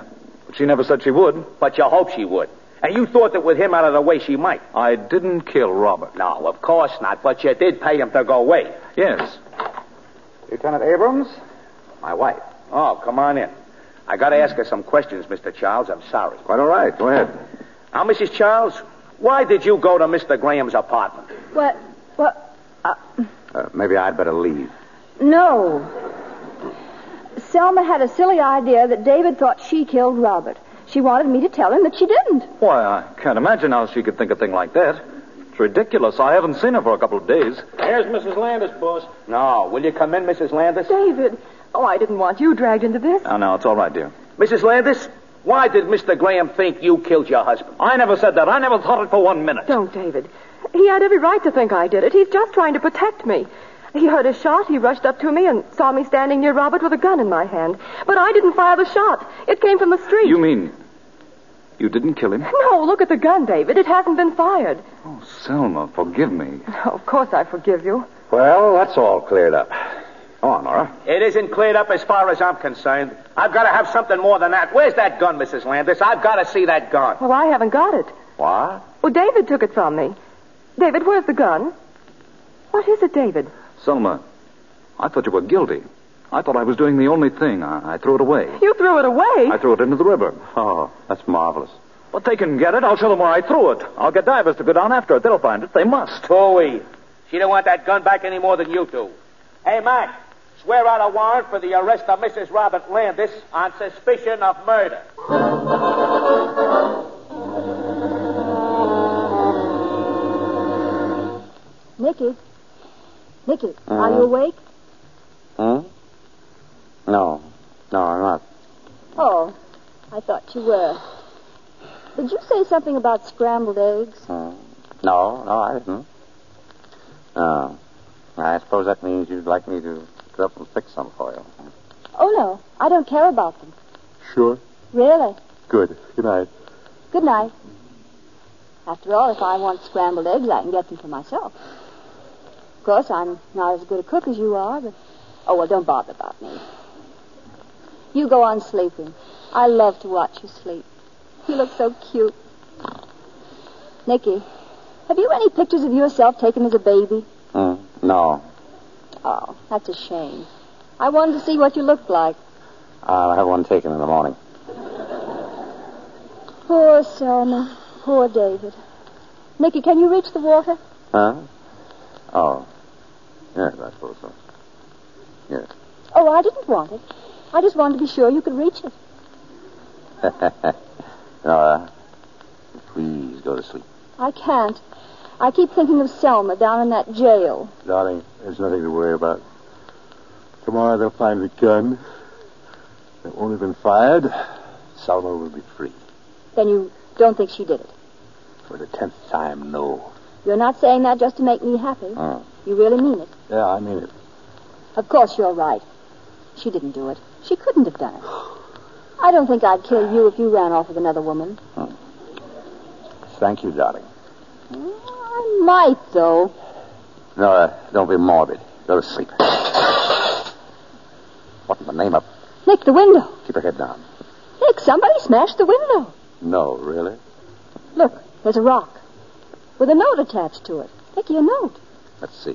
Speaker 12: But she never said she would.
Speaker 6: But you hoped she would. And you thought that with him out of the way, she might.
Speaker 12: I didn't kill Robert.
Speaker 6: No, of course not. But you did pay him to go away.
Speaker 12: Yes.
Speaker 2: Lieutenant Abrams? My wife.
Speaker 6: Oh, come on in. I got to ask her some questions, Mr. Charles. I'm sorry.
Speaker 2: Quite all right. Go ahead.
Speaker 6: Now, Mrs. Charles, why did you go to Mr. Graham's apartment?
Speaker 5: What? What?
Speaker 2: Uh, maybe I'd better leave.
Speaker 5: No. Selma had a silly idea that David thought she killed Robert. She wanted me to tell him that she didn't.
Speaker 12: Why, I can't imagine how she could think a thing like that. It's ridiculous. I haven't seen her for a couple of days.
Speaker 8: Here's Mrs. Landis, boss.
Speaker 6: No. Will you come in, Mrs. Landis?
Speaker 9: David. Oh, I didn't want you dragged into this.
Speaker 12: Oh, no, it's all right, dear.
Speaker 6: Mrs. Landis, why did Mr. Graham think you killed your husband?
Speaker 12: I never said that. I never thought it for one minute.
Speaker 9: Don't, David. He had every right to think I did it. He's just trying to protect me. He heard a shot. He rushed up to me and saw me standing near Robert with a gun in my hand. But I didn't fire the shot. It came from the street.
Speaker 12: You mean you didn't kill him?
Speaker 9: No, look at the gun, David. It hasn't been fired.
Speaker 12: Oh, Selma, forgive me.
Speaker 9: Oh, of course I forgive you.
Speaker 2: Well, that's all cleared up.
Speaker 18: Go on, Nora.
Speaker 6: It isn't cleared up as far as I'm concerned. I've got to have something more than that. Where's that gun, Mrs. Landis? I've got to see that gun.
Speaker 9: Well, I haven't got it.
Speaker 18: What?
Speaker 9: Well, David took it from me. David, where's the gun? What is it, David?
Speaker 12: Selma, I thought you were guilty. I thought I was doing the only thing. I, I threw it away.
Speaker 9: You threw it away.
Speaker 12: I threw it into the river.
Speaker 18: Oh, that's marvelous.
Speaker 12: But they can get it. I'll show them where I threw it. I'll get divers to go down after it. They'll find it. They must.
Speaker 6: Tooey, she don't want that gun back any more than you do. Hey, Mac, swear out a warrant for the arrest of Mrs. Robert Landis on suspicion of murder.
Speaker 5: Nicky. Nicky,
Speaker 12: Uh-huh.
Speaker 5: are you awake?
Speaker 2: Hmm? No. No, I'm not.
Speaker 5: Oh, I thought you were. Did you say something about scrambled eggs?
Speaker 12: Uh-huh.
Speaker 2: Hmm. No, no, I didn't. No. I suppose that means you'd like me to go up and fix some for you.
Speaker 5: Oh, no. I don't care about them.
Speaker 2: Sure.
Speaker 5: Really.
Speaker 2: Good. Good night.
Speaker 5: Good night. After all, if I want scrambled eggs, I can get them for myself. Of course, I'm not as good a cook as you are, but. Oh, well, don't bother about me. You go on sleeping. I love to watch you sleep. You look so cute. Nicky, have you any pictures of yourself taken as a baby?
Speaker 2: Hmm. No.
Speaker 5: Oh, that's a shame. I wanted to see what you looked like.
Speaker 2: I'll have one taken in the morning.
Speaker 5: Poor Selma. Poor David. Nicky, can you reach the water?
Speaker 2: Huh? Oh. Yes, I suppose so. Yes.
Speaker 5: Oh, I didn't want it. I just wanted to be sure you could reach it.
Speaker 2: [laughs] Nora, uh, please go to sleep.
Speaker 5: I can't. I keep thinking of Selma down in that jail.
Speaker 2: Darling, there's nothing to worry about. Tomorrow they'll find the gun. It won't have been fired. Salma will be free.
Speaker 5: Then you don't think she did it.
Speaker 2: For the tenth time, no.
Speaker 5: You're not saying that just to make me happy.
Speaker 2: Mm.
Speaker 5: You really mean it.
Speaker 2: Yeah, I mean it.
Speaker 5: Of course you're right. She didn't do it. She couldn't have done it. I don't think I'd kill you if you ran off with another woman.
Speaker 2: Thank you, darling.
Speaker 5: I might, though.
Speaker 2: Nora, uh, don't be morbid. Go to sleep. What in the name of...
Speaker 5: Nick, the window.
Speaker 2: Keep your head down.
Speaker 5: Nick, somebody smashed the window.
Speaker 2: No, really?
Speaker 5: Look, there's a rock with a note attached to it. Nicky, a note.
Speaker 2: Let's see.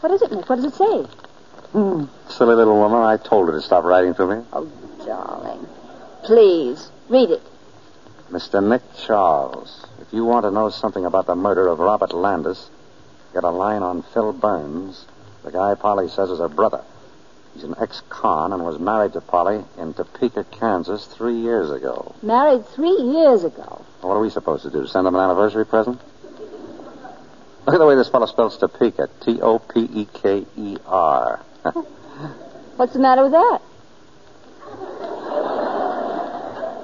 Speaker 5: What is it, Nick? What does it say?
Speaker 2: Hmm. Silly little woman, I told her to stop writing to me.
Speaker 5: Oh, darling. Please, read it.
Speaker 2: Mr. Nick Charles, if you want to know something about the murder of Robert Landis, get a line on Phil Burns, the guy Polly says is her brother. He's an ex-con and was married to Polly in Topeka, Kansas, three years ago.
Speaker 5: Married three years ago.
Speaker 2: What are we supposed to do? Send him an anniversary present? Look at the way this fellow spells Topeka. T O P E K E R. [laughs]
Speaker 5: What's the matter with that?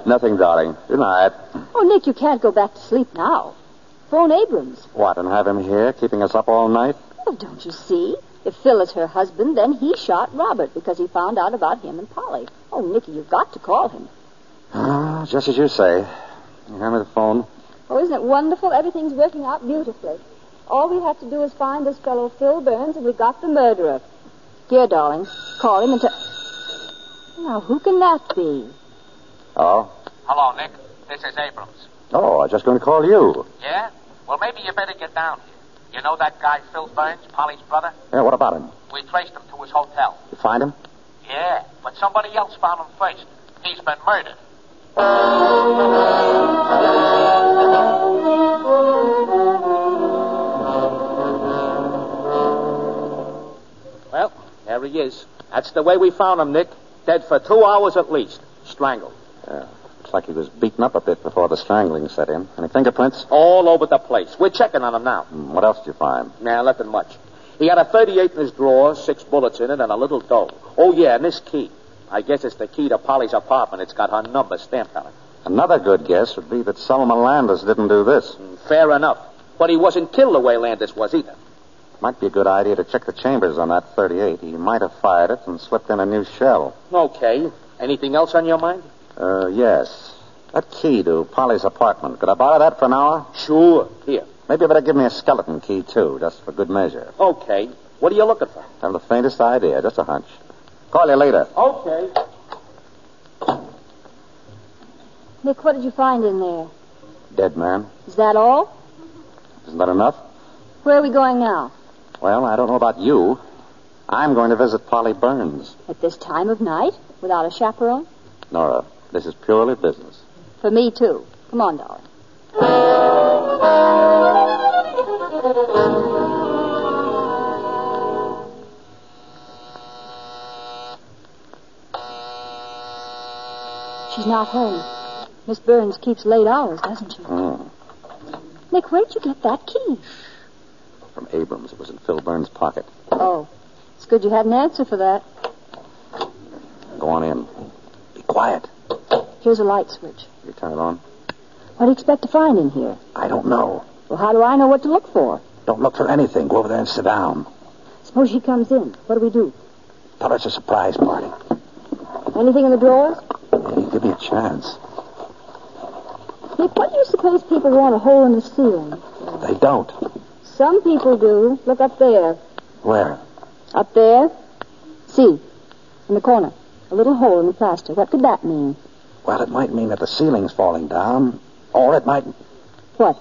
Speaker 2: Nothing, darling. Good night.
Speaker 5: Oh, Nick, you can't go back to sleep now. Phone Abrams.
Speaker 2: What, and have him here, keeping us up all night? [sighs]
Speaker 5: Oh, don't you see? If Phil is her husband, then he shot Robert because he found out about him and Polly. Oh, Nicky, you've got to call him.
Speaker 2: Ah, just as you say. You hand me the phone.
Speaker 5: Oh, isn't it wonderful? Everything's working out beautifully. All we have to do is find this fellow Phil Burns, and we got the murderer. Here, darling, call him and tell. Now, who can that be?
Speaker 2: Oh?
Speaker 6: Hello, Nick. This is Abrams.
Speaker 2: Oh, I was just going to call you.
Speaker 6: Yeah? Well, maybe you better get down here. You know that guy, Phil Burns, Polly's brother?
Speaker 2: Yeah, what about him?
Speaker 6: We traced him to his hotel.
Speaker 2: You find him?
Speaker 6: Yeah, but somebody else found him first. He's been murdered. Well, there he is. That's the way we found him, Nick. Dead for two hours at least. Strangled.
Speaker 2: Yeah. Looks like he was beaten up a bit before the strangling set in. Any fingerprints?
Speaker 6: All over the place. We're checking on him now.
Speaker 2: Hmm, What else did you find?
Speaker 6: Nah, nothing much. He had a 38 in his drawer, six bullets in it, and a little dough. Oh, yeah, and this key. I guess it's the key to Polly's apartment. It's got her number stamped on it.
Speaker 2: Another good guess would be that Solomon Landis didn't do this.
Speaker 6: Fair enough. But he wasn't killed the way Landis was either.
Speaker 2: Might be a good idea to check the chambers on that 38. He might have fired it and slipped in a new shell.
Speaker 6: Okay. Anything else on your mind?
Speaker 2: Uh, yes. That key to Polly's apartment. Could I borrow that for an hour?
Speaker 6: Sure. Here.
Speaker 2: Maybe you better give me a skeleton key, too, just for good measure.
Speaker 6: Okay. What are you looking for?
Speaker 2: Haven't the faintest idea, just a hunch. Call you later.
Speaker 6: Okay.
Speaker 5: Nick, what did you find in there?
Speaker 2: Dead man.
Speaker 5: Is that all?
Speaker 2: Isn't that enough?
Speaker 5: Where are we going now?
Speaker 2: Well, I don't know about you. I'm going to visit Polly Burns.
Speaker 5: At this time of night? Without a chaperone?
Speaker 2: Nora, this is purely business.
Speaker 5: For me, too. Come on, darling. She's not home. Miss Burns keeps late hours, doesn't she?
Speaker 2: Hmm.
Speaker 5: Nick, where'd you get that key?
Speaker 2: From Abrams. It was in Phil Burns' pocket.
Speaker 5: Oh, it's good you had an answer for that.
Speaker 2: Go on in. Be quiet.
Speaker 5: Here's a light switch.
Speaker 2: You turn it on?
Speaker 5: What do you expect to find in here?
Speaker 2: I don't know.
Speaker 5: Well, how do I know what to look for?
Speaker 2: Don't look for anything. Go over there and sit down.
Speaker 5: Suppose she comes in. What do we do?
Speaker 2: Tell her it's a surprise party.
Speaker 5: Anything in the drawers?
Speaker 2: Hey, give me a chance.
Speaker 5: Nick, what do you suppose people want a hole in the ceiling?
Speaker 2: They don't.
Speaker 5: Some people do. Look up there.
Speaker 2: Where?
Speaker 5: Up there? See. In the corner. A little hole in the plaster. What could that mean?
Speaker 2: Well, it might mean that the ceiling's falling down, or it might.
Speaker 5: What?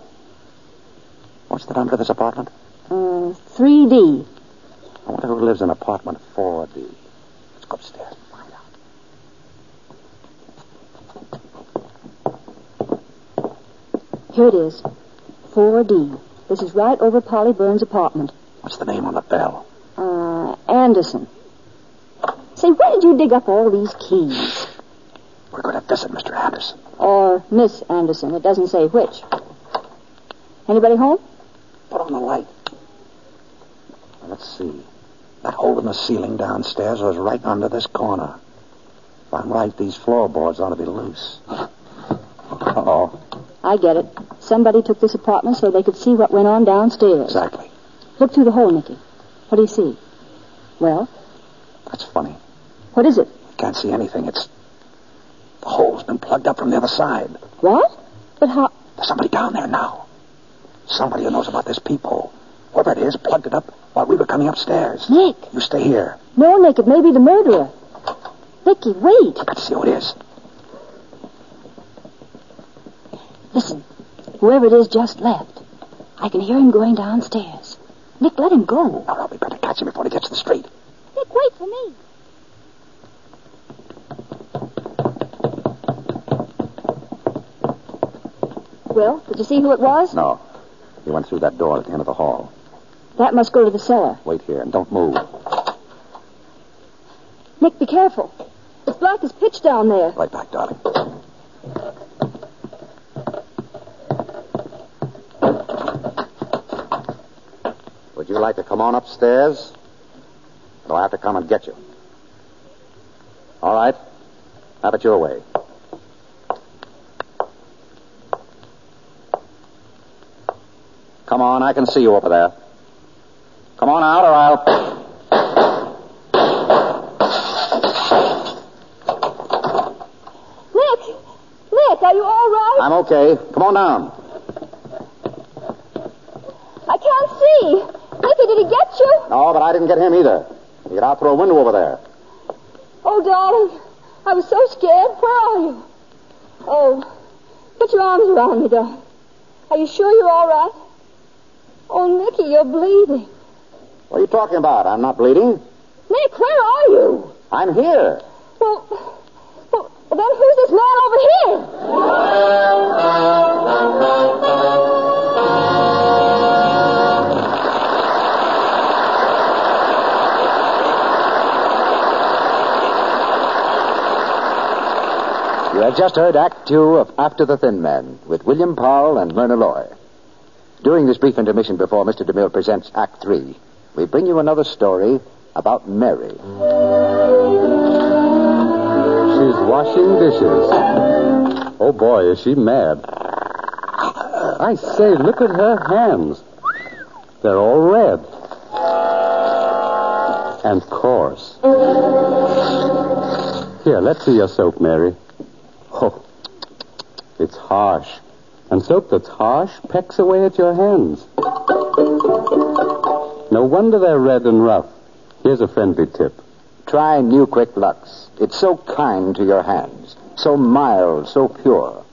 Speaker 2: What's the number of this apartment?
Speaker 5: Uh, 3D.
Speaker 2: I wonder who lives in apartment 4D. Let's go upstairs.
Speaker 5: Here it is. 4D. This is right over Polly Burns' apartment.
Speaker 2: What's the name on the bell?
Speaker 5: Uh, Anderson. Say, where did you dig up all these keys?
Speaker 2: We're going to visit Mr. Anderson.
Speaker 5: Or Miss Anderson. It doesn't say which. Anybody home?
Speaker 2: Put on the light. Let's see. That hole in the ceiling downstairs was right under this corner. If I'm right, these floorboards ought to be loose. [gasps] Uh-oh.
Speaker 5: I get it. Somebody took this apartment so they could see what went on downstairs.
Speaker 2: Exactly.
Speaker 5: Look through the hole, Nicky. What do you see? Well,
Speaker 2: That's funny.
Speaker 5: what is it?
Speaker 2: Can't see anything. It's... The hole's been plugged up from the other side.
Speaker 5: What? But how?
Speaker 2: There's somebody down there now. Somebody who knows about this peephole. Whoever it is plugged it up while we were coming upstairs.
Speaker 5: Nick!
Speaker 2: You stay here.
Speaker 5: No, Nick, it may be the murderer. Nicky, wait.
Speaker 2: I've got to see who it is.
Speaker 5: Listen. Whoever it is just left. I can hear him going downstairs. Nick, let him go.
Speaker 2: Now, we better catch him before he gets to the street.
Speaker 5: Nick, wait for me. Well, did you see who it was?
Speaker 2: No. He went through that door at the end of the hall.
Speaker 5: That must go to the cellar.
Speaker 2: Wait here and don't move.
Speaker 5: Nick, be careful. It's black as pitch down there.
Speaker 2: Right back, darling. Would you like to come on upstairs? Or do I have to come and get you? All right. Have it your way. Come on, I can see you over there. Come on out, or I'll.
Speaker 5: Nick! Nick, are you all right?
Speaker 2: I'm okay. Come on down.
Speaker 5: I can't see. Nicky, did he get you?
Speaker 2: No, but I didn't get him either. He got out through a window over there.
Speaker 5: Oh, darling, I was so scared. Where are you? Oh, put your arms around me, darling. Are you sure you're all right? Oh, Nicky, you're bleeding.
Speaker 2: What are you talking about? I'm not bleeding.
Speaker 5: Nick, where are you?
Speaker 2: I'm here.
Speaker 5: Well, well, well then who's this man over here?
Speaker 19: You have just heard Act Two of After the Thin Man with William Powell and Myrna Loy. During this brief intermission before Mr. DeMille presents Act Three, we bring you another story about Mary.
Speaker 23: She's washing dishes. Oh boy, is she mad. I say, look at her hands. They're all red. And coarse. Here, let's see your soap, Mary. Oh, it's harsh. And soap that's harsh pecks away at your hands.
Speaker 2: No wonder they're red and rough. Here's a friendly tip.
Speaker 19: Try New Quick Lux. It's so kind to your hands, so mild, so pure.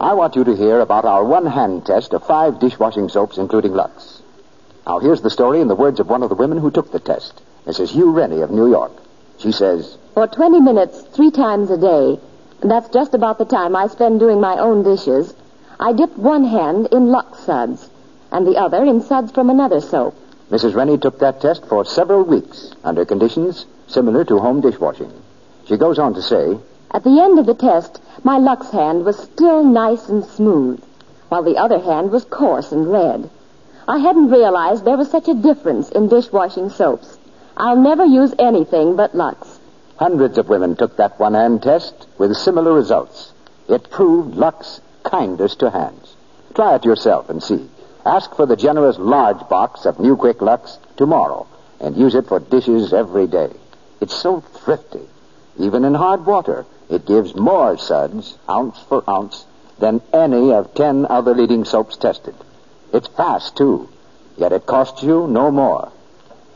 Speaker 19: I want you to hear about our one hand test of five dishwashing soaps, including Lux. Now, here's the story in the words of one of the women who took the test Mrs. Hugh Rennie of New York. She says,
Speaker 24: For 20 minutes, three times a day, that's just about the time I spend doing my own dishes, I dip one hand in Lux suds and the other in suds from another soap.
Speaker 19: Mrs. Rennie took that test for several weeks under conditions similar to home dishwashing. She goes on to say,
Speaker 24: At the end of the test, my Lux hand was still nice and smooth, while the other hand was coarse and red. I hadn't realized there was such a difference in dishwashing soaps. I'll never use anything but Lux.
Speaker 19: Hundreds of women took that one hand test with similar results. It proved Lux kindest to hands. Try it yourself and see. Ask for the generous large box of New Quick Lux tomorrow and use it for dishes every day. It's so thrifty. Even in hard water, it gives more suds, ounce for ounce, than any of ten other leading soaps tested. It's fast, too, yet it costs you no more.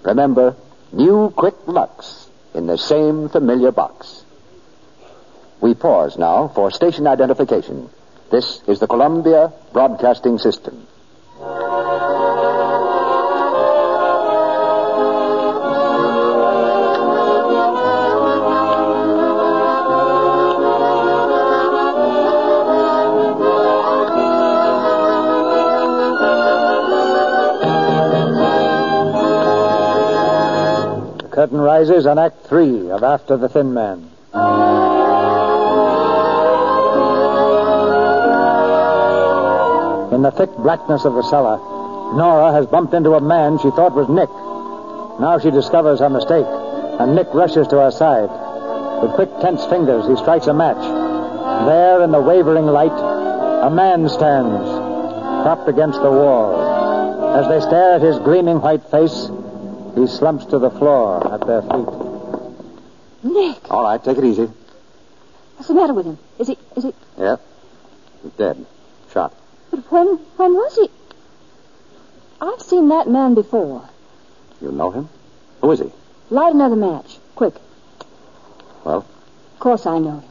Speaker 19: Remember, New Quick Lux in the same familiar box. We pause now for station identification. This is the Columbia Broadcasting System.
Speaker 1: The curtain rises on Act Three of After the Thin Man. In the thick blackness of the cellar, Nora has bumped into a man she thought was Nick. Now she discovers her mistake, and Nick rushes to her side. With quick, tense fingers, he strikes a match. There, in the wavering light, a man stands, propped against the wall. As they stare at his gleaming white face, he slumps to the floor at their feet.
Speaker 5: Nick,
Speaker 19: All right, take it easy.
Speaker 5: what's the matter with him? Is he, is he,
Speaker 19: Yep. He's dead. Shot.
Speaker 24: But when, when was he? I've seen that man before.
Speaker 19: You know him? Who is he?
Speaker 5: light another match, quick.
Speaker 19: Well?
Speaker 5: Of course I know him.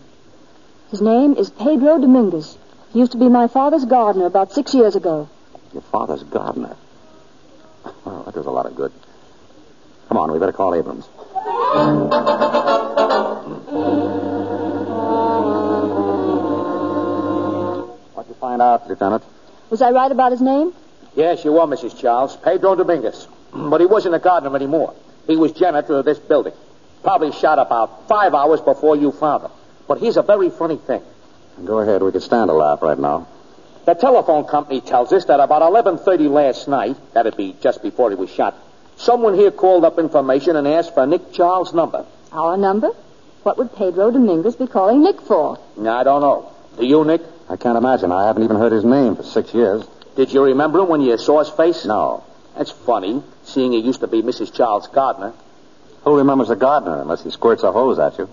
Speaker 5: His name is Pedro Dominguez. He used to be my father's gardener about six years ago.
Speaker 19: Your father's gardener. Well, that does a lot of good. Come on, we better call Abrams. What'd you find out, Lieutenant?
Speaker 5: Was I right about his name?
Speaker 6: Yes, you were, Mrs. Charles. Pedro Dominguez. [clears throat] But he wasn't a gardener anymore. He was janitor of this building. Probably shot about five hours before you found him. But here's a very funny thing.
Speaker 19: Go ahead. We could stand a laugh right now.
Speaker 6: The telephone company tells us that about 11.30 last night, that'd be just before he was shot, someone here called up information and asked for Nick Charles' number.
Speaker 5: Our number? What would Pedro Dominguez be calling Nick for?
Speaker 6: I don't know. Do you, Nick?
Speaker 19: I can't imagine. I haven't even heard his name for six years.
Speaker 6: Did you remember him when you saw his face?
Speaker 19: No.
Speaker 6: That's funny, seeing he used to be Mrs. Charles Gardner.
Speaker 19: Who remembers the gardener unless he squirts a hose at you?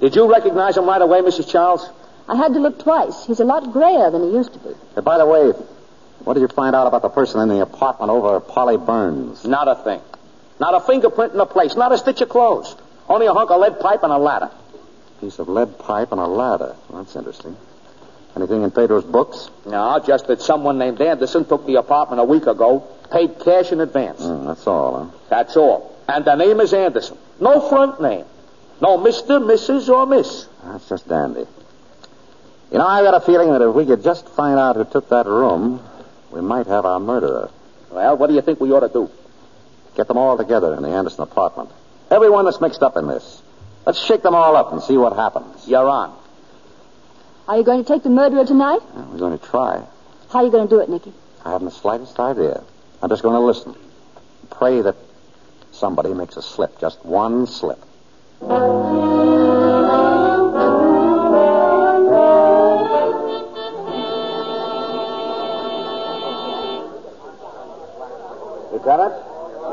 Speaker 6: Did you recognize him right away, Mrs. Charles?
Speaker 5: I had to look twice. He's a lot grayer than he used to be.
Speaker 19: And Uh, by the way, what did you find out about the person in the apartment over Polly Burns?
Speaker 6: Not a thing. Not a fingerprint in the place, not a stitch of clothes. Only a hunk of lead pipe and a ladder.
Speaker 19: Piece of lead pipe and a ladder. Well, that's interesting. Anything in Pedro's books?
Speaker 6: No, just that someone named Anderson took the apartment a week ago, paid cash in advance.
Speaker 19: Hmm, that's all, huh?
Speaker 6: That's all. And the name is Anderson. No front name. No Mr., Mrs., or Miss.
Speaker 19: That's just dandy. You know, I got a feeling that if we could just find out who took that room, we might have our murderer.
Speaker 6: Well, what do you think we ought to do?
Speaker 19: Get them all together in the Anderson apartment. Everyone that's mixed up in this. Let's shake them all up and see what happens.
Speaker 6: You're on.
Speaker 5: Are you going to take the murderer tonight?
Speaker 19: We're going to try.
Speaker 5: How are you going to do it, Nicky?
Speaker 19: I haven't the slightest idea. I'm just going to listen. Pray that somebody makes a slip, just one slip. Lieutenant,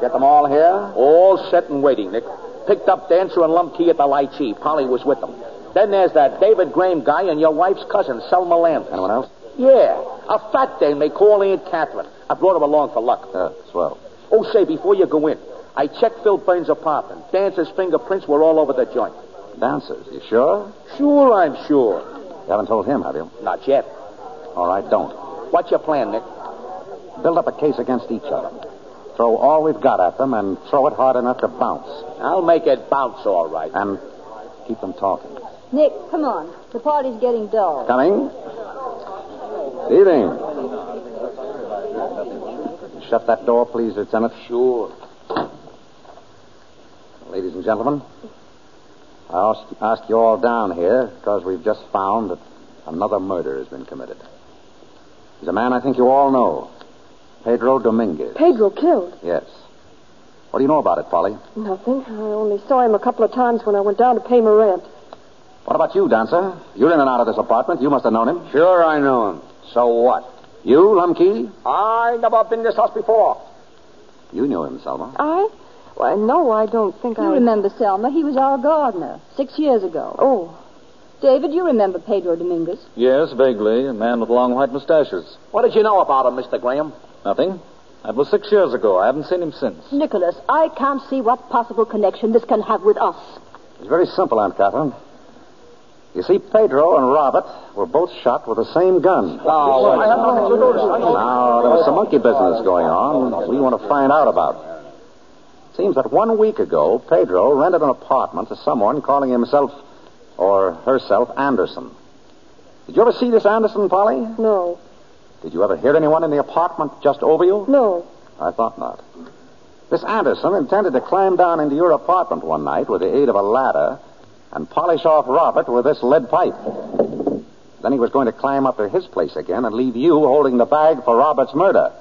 Speaker 19: get them all here.
Speaker 6: All set and waiting, Nick. Picked up Dancer and Lumpkey at the Lychee. Polly was with them. Then there's that David Graham guy and your wife's cousin, Selma Landis.
Speaker 19: Anyone else?
Speaker 6: Yeah. A fat dame they call Aunt Catherine. I brought her along for luck.
Speaker 2: swell.
Speaker 6: Oh, say, before you go in, I checked Phil Burns' apartment. Dancer's fingerprints were all over the joint.
Speaker 2: Dancers, you sure?
Speaker 6: Sure, I'm sure.
Speaker 2: You haven't told him, have you?
Speaker 6: Not yet.
Speaker 2: All right, don't.
Speaker 6: What's your plan, Nick?
Speaker 2: Build up a case against each other. Throw all we've got at them and throw it hard enough to bounce.
Speaker 6: I'll make it bounce all right.
Speaker 2: And keep them talking.
Speaker 5: Nick, come on. The party's getting dull.
Speaker 2: Coming. Evening. Shut that door, please, Lieutenant.
Speaker 6: Sure.
Speaker 2: Ladies and gentlemen, I ask, ask you all down here because we've just found that another murder has been committed. He's a man I think you all know Pedro Dominguez.
Speaker 20: Pedro killed.
Speaker 2: Yes. What do you know about it, Polly?
Speaker 20: Nothing. I only saw him a couple of times when I went down to pay my rent.
Speaker 2: What about you, Dancer? You're in and out of this apartment. You must have known him.
Speaker 6: Sure, I know him. So what?
Speaker 2: You, Lumkey?
Speaker 6: I never been in this house before.
Speaker 2: You knew him, Selma.
Speaker 20: I? Well, no, I don't think I.
Speaker 5: You remember Selma? He was our gardener six years ago. Oh. David, you remember Pedro Dominguez?
Speaker 23: Yes, vaguely. A man with long white mustaches.
Speaker 6: What did you know about him, Mr. Graham?
Speaker 23: Nothing. That was six years ago. I haven't seen him since.
Speaker 10: Nicholas, I can't see what possible connection this can have with us.
Speaker 2: It's very simple, Aunt Catherine. You see, Pedro and Robert were both shot with the same gun.
Speaker 6: Oh, I have nothing to do with it.
Speaker 2: Now, there was some monkey business going on we want to find out about. Seems that one week ago, Pedro rented an apartment to someone calling himself or herself Anderson. Did you ever see this Anderson, Polly?
Speaker 20: No.
Speaker 2: Did you ever hear anyone in the apartment just over you?
Speaker 20: No.
Speaker 2: I thought not. This Anderson intended to climb down into your apartment one night with the aid of a ladder and polish off Robert with this lead pipe. Then he was going to climb up to his place again and leave you holding the bag for Robert's murder.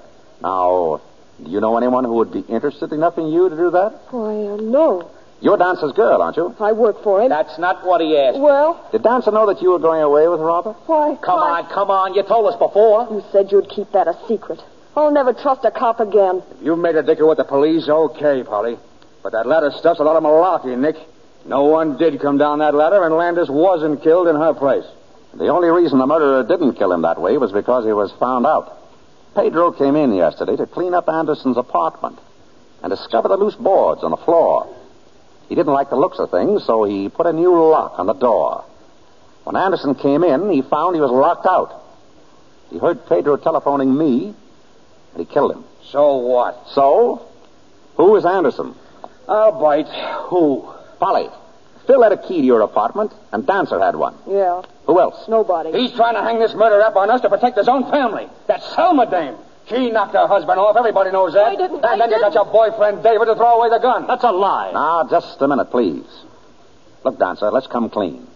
Speaker 2: Now, do you know anyone who would be interested enough in you to do that?
Speaker 20: Why, uh, no.
Speaker 2: You're Dancer's girl, aren't you?
Speaker 20: I work for him.
Speaker 6: That's not what he asked.
Speaker 20: Well,
Speaker 2: Did Dancer know that you were going away with Robert?
Speaker 20: why?
Speaker 6: Come
Speaker 20: why-
Speaker 6: on, come on. You told us before.
Speaker 20: You said you'd keep that a secret. I'll never trust a cop again.
Speaker 3: You made a dicker with the police, okay, Polly. But that ladder stuff's a lot of malarkey, Nick. No one did come down that ladder, and Landis wasn't killed in her place.
Speaker 2: The only reason the murderer didn't kill him that way was because he was found out. Pedro came in yesterday to clean up Anderson's apartment and discovered the loose boards on the floor. He didn't like the looks of things, so he put a new lock on the door. When Anderson came in, he found he was locked out. He heard Pedro telephoning me, and he killed him.
Speaker 6: So what?
Speaker 2: So, who is Anderson?
Speaker 6: I'll bite. Who?
Speaker 2: Polly. Phil had a key to your apartment, and Dancer had one.
Speaker 20: Yeah,
Speaker 2: Who else?
Speaker 20: nobody.
Speaker 6: He's trying to hang this murder up on us to protect his own family. That Selma dame. She knocked her husband off. Everybody knows that.
Speaker 20: I didn't-
Speaker 6: And
Speaker 20: I
Speaker 6: then you got your boyfriend David to throw away the gun. That's a lie.
Speaker 2: Now, just a minute, please. Look, Dancer, let's come clean.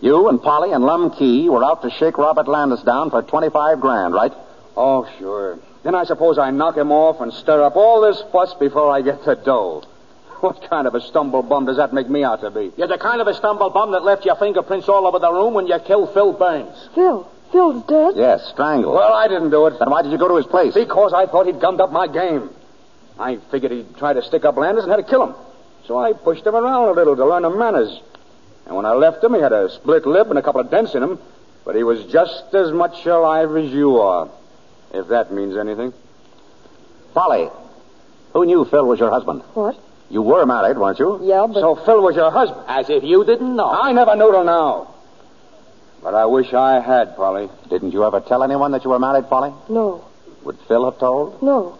Speaker 2: You and Polly and Lum Key were out to shake Robert Landis down for 25 grand, right?
Speaker 3: Oh, sure. Then I suppose I knock him off and stir up all this fuss before I get the dough. What kind of a stumble bum does that make me out to be?
Speaker 6: You're the kind of a stumble bum that left your fingerprints all over the room when you killed Phil Burns.
Speaker 20: Phil. Phil's dead?
Speaker 2: Yes, strangled.
Speaker 3: Well, I didn't do it.
Speaker 2: Then why did
Speaker 6: [laughs]
Speaker 2: you go to his place?
Speaker 3: Because I thought he'd gummed up my game. I figured he'd try to stick up Landis and had to kill him. So I pushed him around a little to learn him manners. And when I left him, he had a split lip and a couple of dents in him. But he was just as much alive as you are, if that means anything.
Speaker 2: Polly, who knew Phil was your husband?
Speaker 20: What?
Speaker 2: You were married, weren't you?
Speaker 20: Yeah, but.
Speaker 3: So Phil was your husband.
Speaker 6: As if you didn't know.
Speaker 3: I never knew till now. But I wish I had, Polly.
Speaker 2: Didn't you ever tell anyone that you were married, Polly?
Speaker 20: No,
Speaker 2: Would Phil have told?
Speaker 20: no.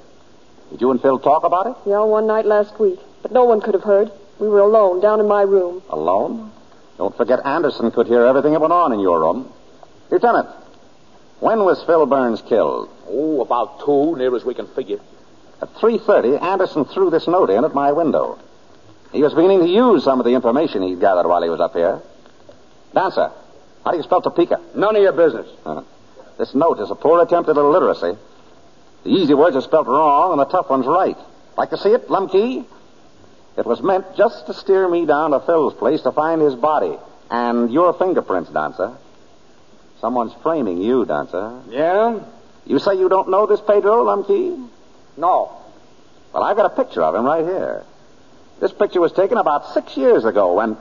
Speaker 2: Did you and Phil talk about it?
Speaker 20: Yeah, one night last week. But no one could have heard. We were alone down in my room.
Speaker 2: Alone? Don't forget Anderson could hear everything that went on in your room. Lieutenant, when was Phil Burns killed?
Speaker 6: Oh, about two, near as we can figure.
Speaker 2: At 3.30, Anderson threw this note in at my window. He was beginning to use some of the information he'd gathered while he was up here. Dancer, how do you spell Topeka?
Speaker 3: None of your business.
Speaker 2: Uh, this note is a poor attempt at illiteracy. The easy words are spelt wrong and the tough ones right. Like to see it, Lumkey? It was meant just to steer me down to Phil's place to find his body and your fingerprints, Dancer. Someone's framing you, Dancer.
Speaker 3: Yeah?
Speaker 2: You say you don't know this Pedro, Lumkey?
Speaker 6: No.
Speaker 2: Well, I've got a picture of him right here. This picture was taken about six years ago when.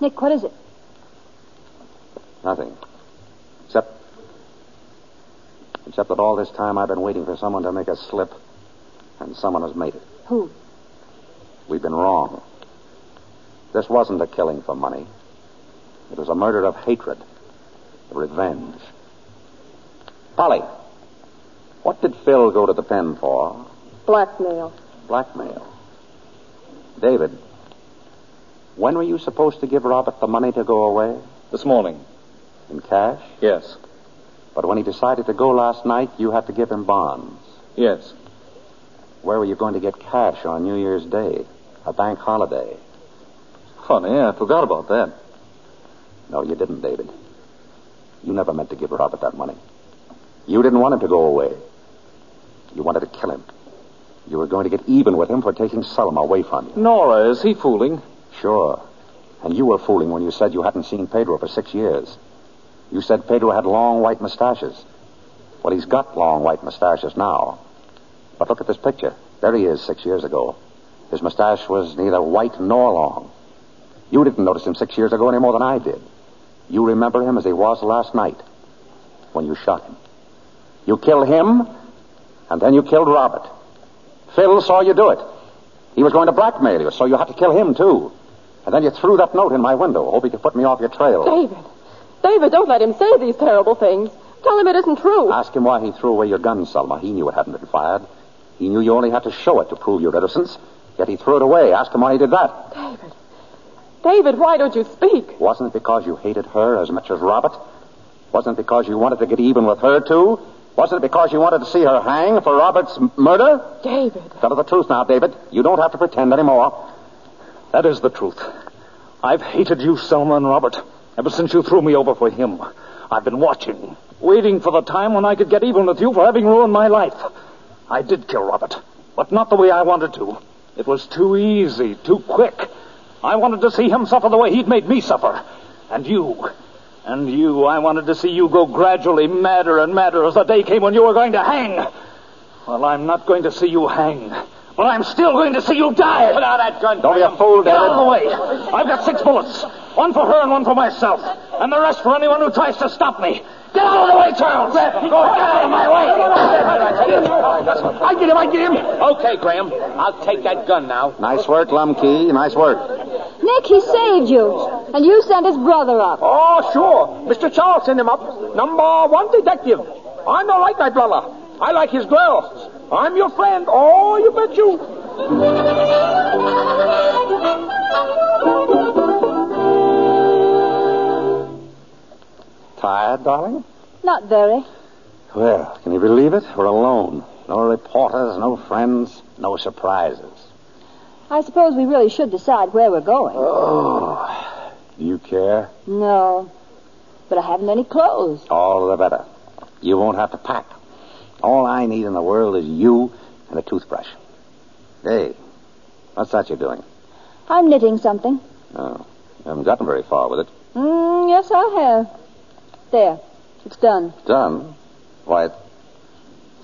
Speaker 5: Nick, what is it?
Speaker 2: Nothing. Except. Except that all this time I've been waiting for someone to make a slip, and someone has made it.
Speaker 25: Who?
Speaker 2: We've been wrong. This wasn't a killing for money. It was a murder of hatred, revenge. Polly, what did Phil go to the pen for?
Speaker 26: Blackmail.
Speaker 2: Blackmail. David, when were you supposed to give Robert the money to go away?
Speaker 12: This morning.
Speaker 2: In cash?
Speaker 12: Yes.
Speaker 2: But when he decided to go last night, you had to give him bonds.
Speaker 12: Yes.
Speaker 2: Where were you going to get cash on New Year's Day? A bank holiday.
Speaker 12: Funny, I forgot about that.
Speaker 2: No, you didn't, David. You never meant to give Robert that money. You didn't want him to go away. You wanted to kill him. You were going to get even with him for taking Solomon away from you.
Speaker 12: Nora, is he fooling?
Speaker 2: Sure. And you were fooling when you said you hadn't seen Pedro for six years. You said Pedro had long white mustaches. Well, he's got long white mustaches now. But look at this picture. There he is six years ago. His mustache was neither white nor long. You didn't notice him six years ago any more than I did. You remember him as he was last night when you shot him. You killed him, and then you killed Robert. Phil saw you do it. He was going to blackmail you, so you had to kill him, too. And then you threw that note in my window, hoping to put me off your trail.
Speaker 26: David. David, don't let him say these terrible things. Tell him it isn't true.
Speaker 2: Ask him why he threw away your gun, Selma. He knew it hadn't been fired. He knew you only had to show it to prove your innocence, yet he threw it away. Ask him why he did that.
Speaker 26: David. David, why don't you speak?
Speaker 2: Wasn't it because you hated her as much as Robert? Wasn't it because you wanted to get even with her, too? Wasn't it because you wanted to see her hang for Robert's m- murder?
Speaker 26: David.
Speaker 2: Tell her the truth now, David. You don't have to pretend anymore.
Speaker 12: That is the truth. I've hated you, Selma and Robert, ever since you threw me over for him. I've been watching, waiting for the time when I could get even with you for having ruined my life. I did kill Robert, but not the way I wanted to. It was too easy, too quick. I wanted to see him suffer the way he'd made me suffer. And you. And you. I wanted to see you go gradually madder and madder as the day came when you were going to hang. Well, I'm not going to see you hang. But I'm still going to see you die.
Speaker 6: Put out that gun.
Speaker 2: Don't be a fool,
Speaker 12: Get
Speaker 2: David.
Speaker 12: out of the way. I've got six bullets. One for her and one for myself. And the rest for anyone who tries to stop me. Get out of the way, Charles. Grab him. Go ahead. Get out of my way. I get him. I get him.
Speaker 6: Okay, Graham. I'll take that gun now.
Speaker 2: Nice work, Lumkey. Nice work.
Speaker 27: Nick, he saved you. And you sent his brother up.
Speaker 6: Oh, sure. Mr. Charles sent him up. Number one detective. I don't like my brother. I like his girl. I'm your friend. Oh, you bet you.
Speaker 2: Tired, darling?
Speaker 27: Not very.
Speaker 2: Well, can you believe it? We're alone. No reporters, no friends, no surprises.
Speaker 27: I suppose we really should decide where we're going.
Speaker 2: Oh, do you care?
Speaker 27: No. But I haven't any clothes.
Speaker 2: All the better. You won't have to pack. All I need in the world is you and a toothbrush. Hey, what's that you're doing?
Speaker 27: I'm knitting something.
Speaker 2: Oh, you haven't gotten very far with it.
Speaker 27: Mm, yes, I have. There. It's done.
Speaker 2: Done? Why, it...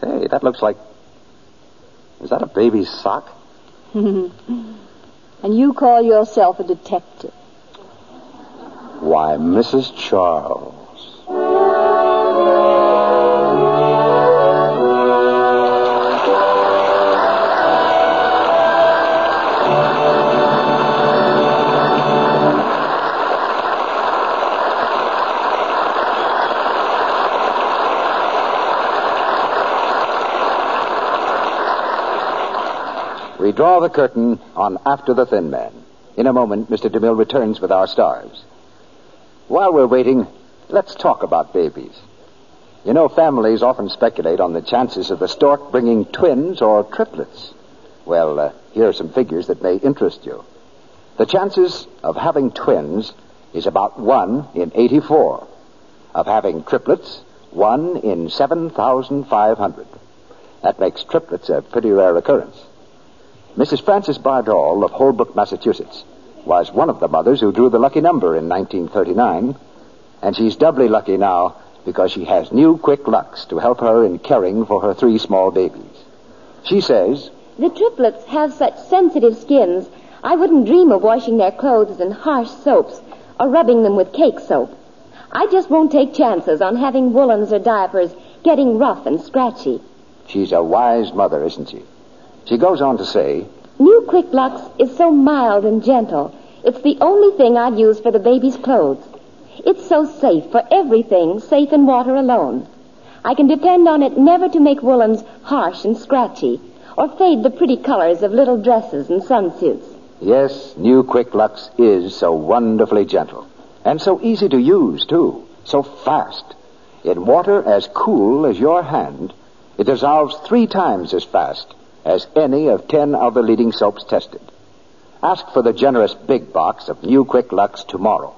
Speaker 2: hey, that looks like. Is that a baby's sock?
Speaker 27: [laughs] and you call yourself a detective.
Speaker 2: Why, Mrs. Charles.
Speaker 19: We draw the curtain on After the Thin Man. In a moment, Mr. DeMille returns with our stars. While we're waiting, let's talk about babies. You know, families often speculate on the chances of the stork bringing twins or triplets. Well, uh, here are some figures that may interest you. The chances of having twins is about 1 in 84. Of having triplets, 1 in 7,500. That makes triplets a pretty rare occurrence. Mrs. Frances Bardall of Holbrook, Massachusetts, was one of the mothers who drew the lucky number in 1939, and she's doubly lucky now because she has new quick lucks to help her in caring for her three small babies. She says,
Speaker 24: The triplets have such sensitive skins. I wouldn't dream of washing their clothes in harsh soaps or rubbing them with cake soap. I just won't take chances on having woolens or diapers getting rough and scratchy.
Speaker 19: She's a wise mother, isn't she? She goes on to say,
Speaker 24: New Quick Lux is so mild and gentle. It's the only thing I'd use for the baby's clothes. It's so safe for everything, safe in water alone. I can depend on it never to make woolens harsh and scratchy or fade the pretty colors of little dresses and sunsuits.
Speaker 19: Yes, new Quick Lux is so wonderfully gentle. And so easy to use, too. So fast. In water as cool as your hand, it dissolves three times as fast as any of ten other leading soaps tested. Ask for the generous big box of new Quick Lux tomorrow.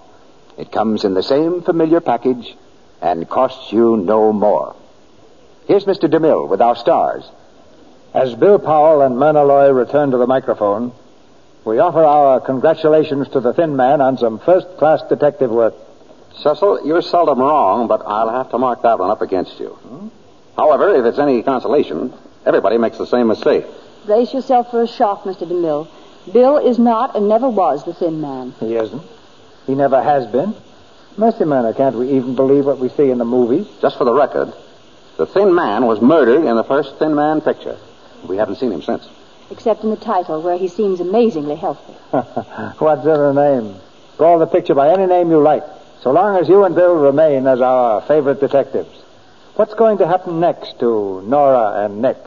Speaker 19: It comes in the same familiar package and costs you no more. Here's Mr. DeMille with our stars.
Speaker 1: As Bill Powell and Manaloy return to the microphone, we offer our congratulations to the thin man on some first class detective work.
Speaker 2: Cecil, you're seldom wrong, but I'll have to mark that one up against you. However, if it's any consolation, everybody makes the same mistake.
Speaker 27: Brace yourself for a shock, Mr. DeMille. Bill is not and never was the thin man.
Speaker 1: He isn't. He never has been. Mercy, Manor, can't we even believe what we see in the movies?
Speaker 2: Just for the record, the thin man was murdered in the first thin man picture. We haven't seen him since.
Speaker 27: Except in the title, where he seems amazingly healthy.
Speaker 1: [laughs] What's in a name? Call the picture by any name you like, so long as you and Bill remain as our favorite detectives. What's going to happen next to Nora and Nick?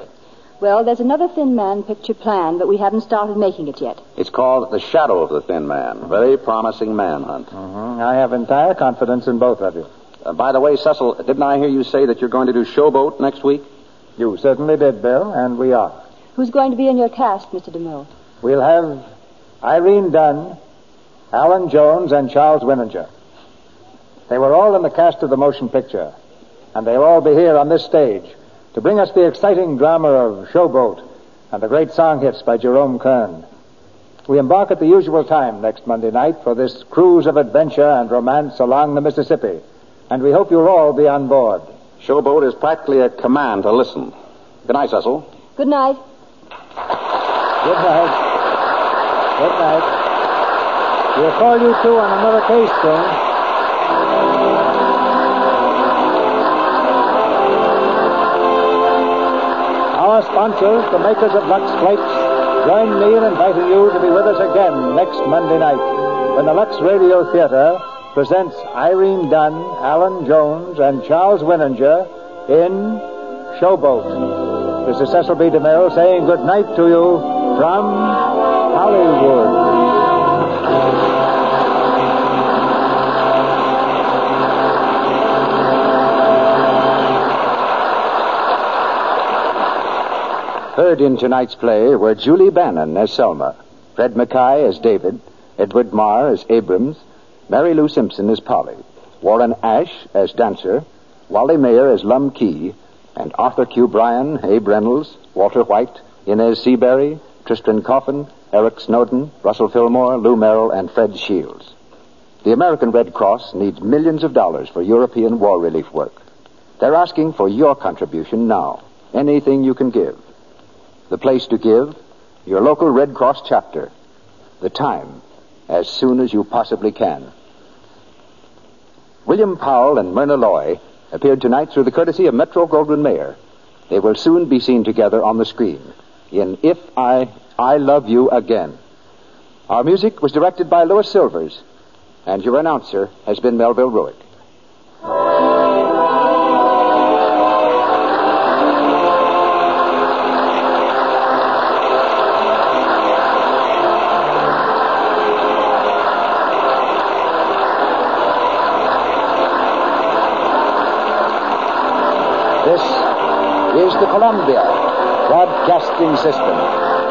Speaker 27: Well, there's another thin man picture planned, but we haven't started making it yet.
Speaker 2: It's called The Shadow of the Thin Man. Very promising manhunt.
Speaker 1: Mm-hmm. I have entire confidence in both of you.
Speaker 2: Uh, by the way, Cecil, didn't I hear you say that you're going to do Showboat next week?
Speaker 1: You certainly did, Bill, and we are.
Speaker 27: Who's going to be in your cast, Mr. DeMille?
Speaker 1: We'll have Irene Dunn, Alan Jones, and Charles Winninger. They were all in the cast of the motion picture, and they'll all be here on this stage to bring us the exciting drama of Showboat and the great song hits by Jerome Kern. We embark at the usual time next Monday night for this cruise of adventure and romance along the Mississippi, and we hope you'll all be on board.
Speaker 2: Showboat is practically a command to listen. Good night, Cecil.
Speaker 27: Good night.
Speaker 1: Good night. Good night. We'll call you two on another case soon. Our sponsors, the makers of Lux Flakes, join me in inviting you to be with us again next Monday night when the Lux Radio Theater presents Irene Dunn, Alan Jones, and Charles Winninger in Showboat. This is Cecil B. DeMille saying good night to you from Hollywood.
Speaker 19: Heard in tonight's play were Julie Bannon as Selma, Fred Mackay as David, Edward Marr as Abrams, Mary Lou Simpson as Polly, Warren Ash as Dancer, Wally Mayer as Lum Key, and Arthur Q. Bryan, Abe Reynolds, Walter White, Inez Seabury, Tristan Coffin, Eric Snowden, Russell Fillmore, Lou Merrill, and Fred Shields. The American Red Cross needs millions of dollars for European war relief work. They're asking for your contribution now, anything you can give. The place to give, your local Red Cross chapter. The time, as soon as you possibly can. William Powell and Myrna Loy appeared tonight through the courtesy of Metro Goldwyn Mayer. They will soon be seen together on the screen in If I, I Love You Again. Our music was directed by Louis Silvers, and your announcer has been Melville Ruick. This is the Columbia Broadcasting System.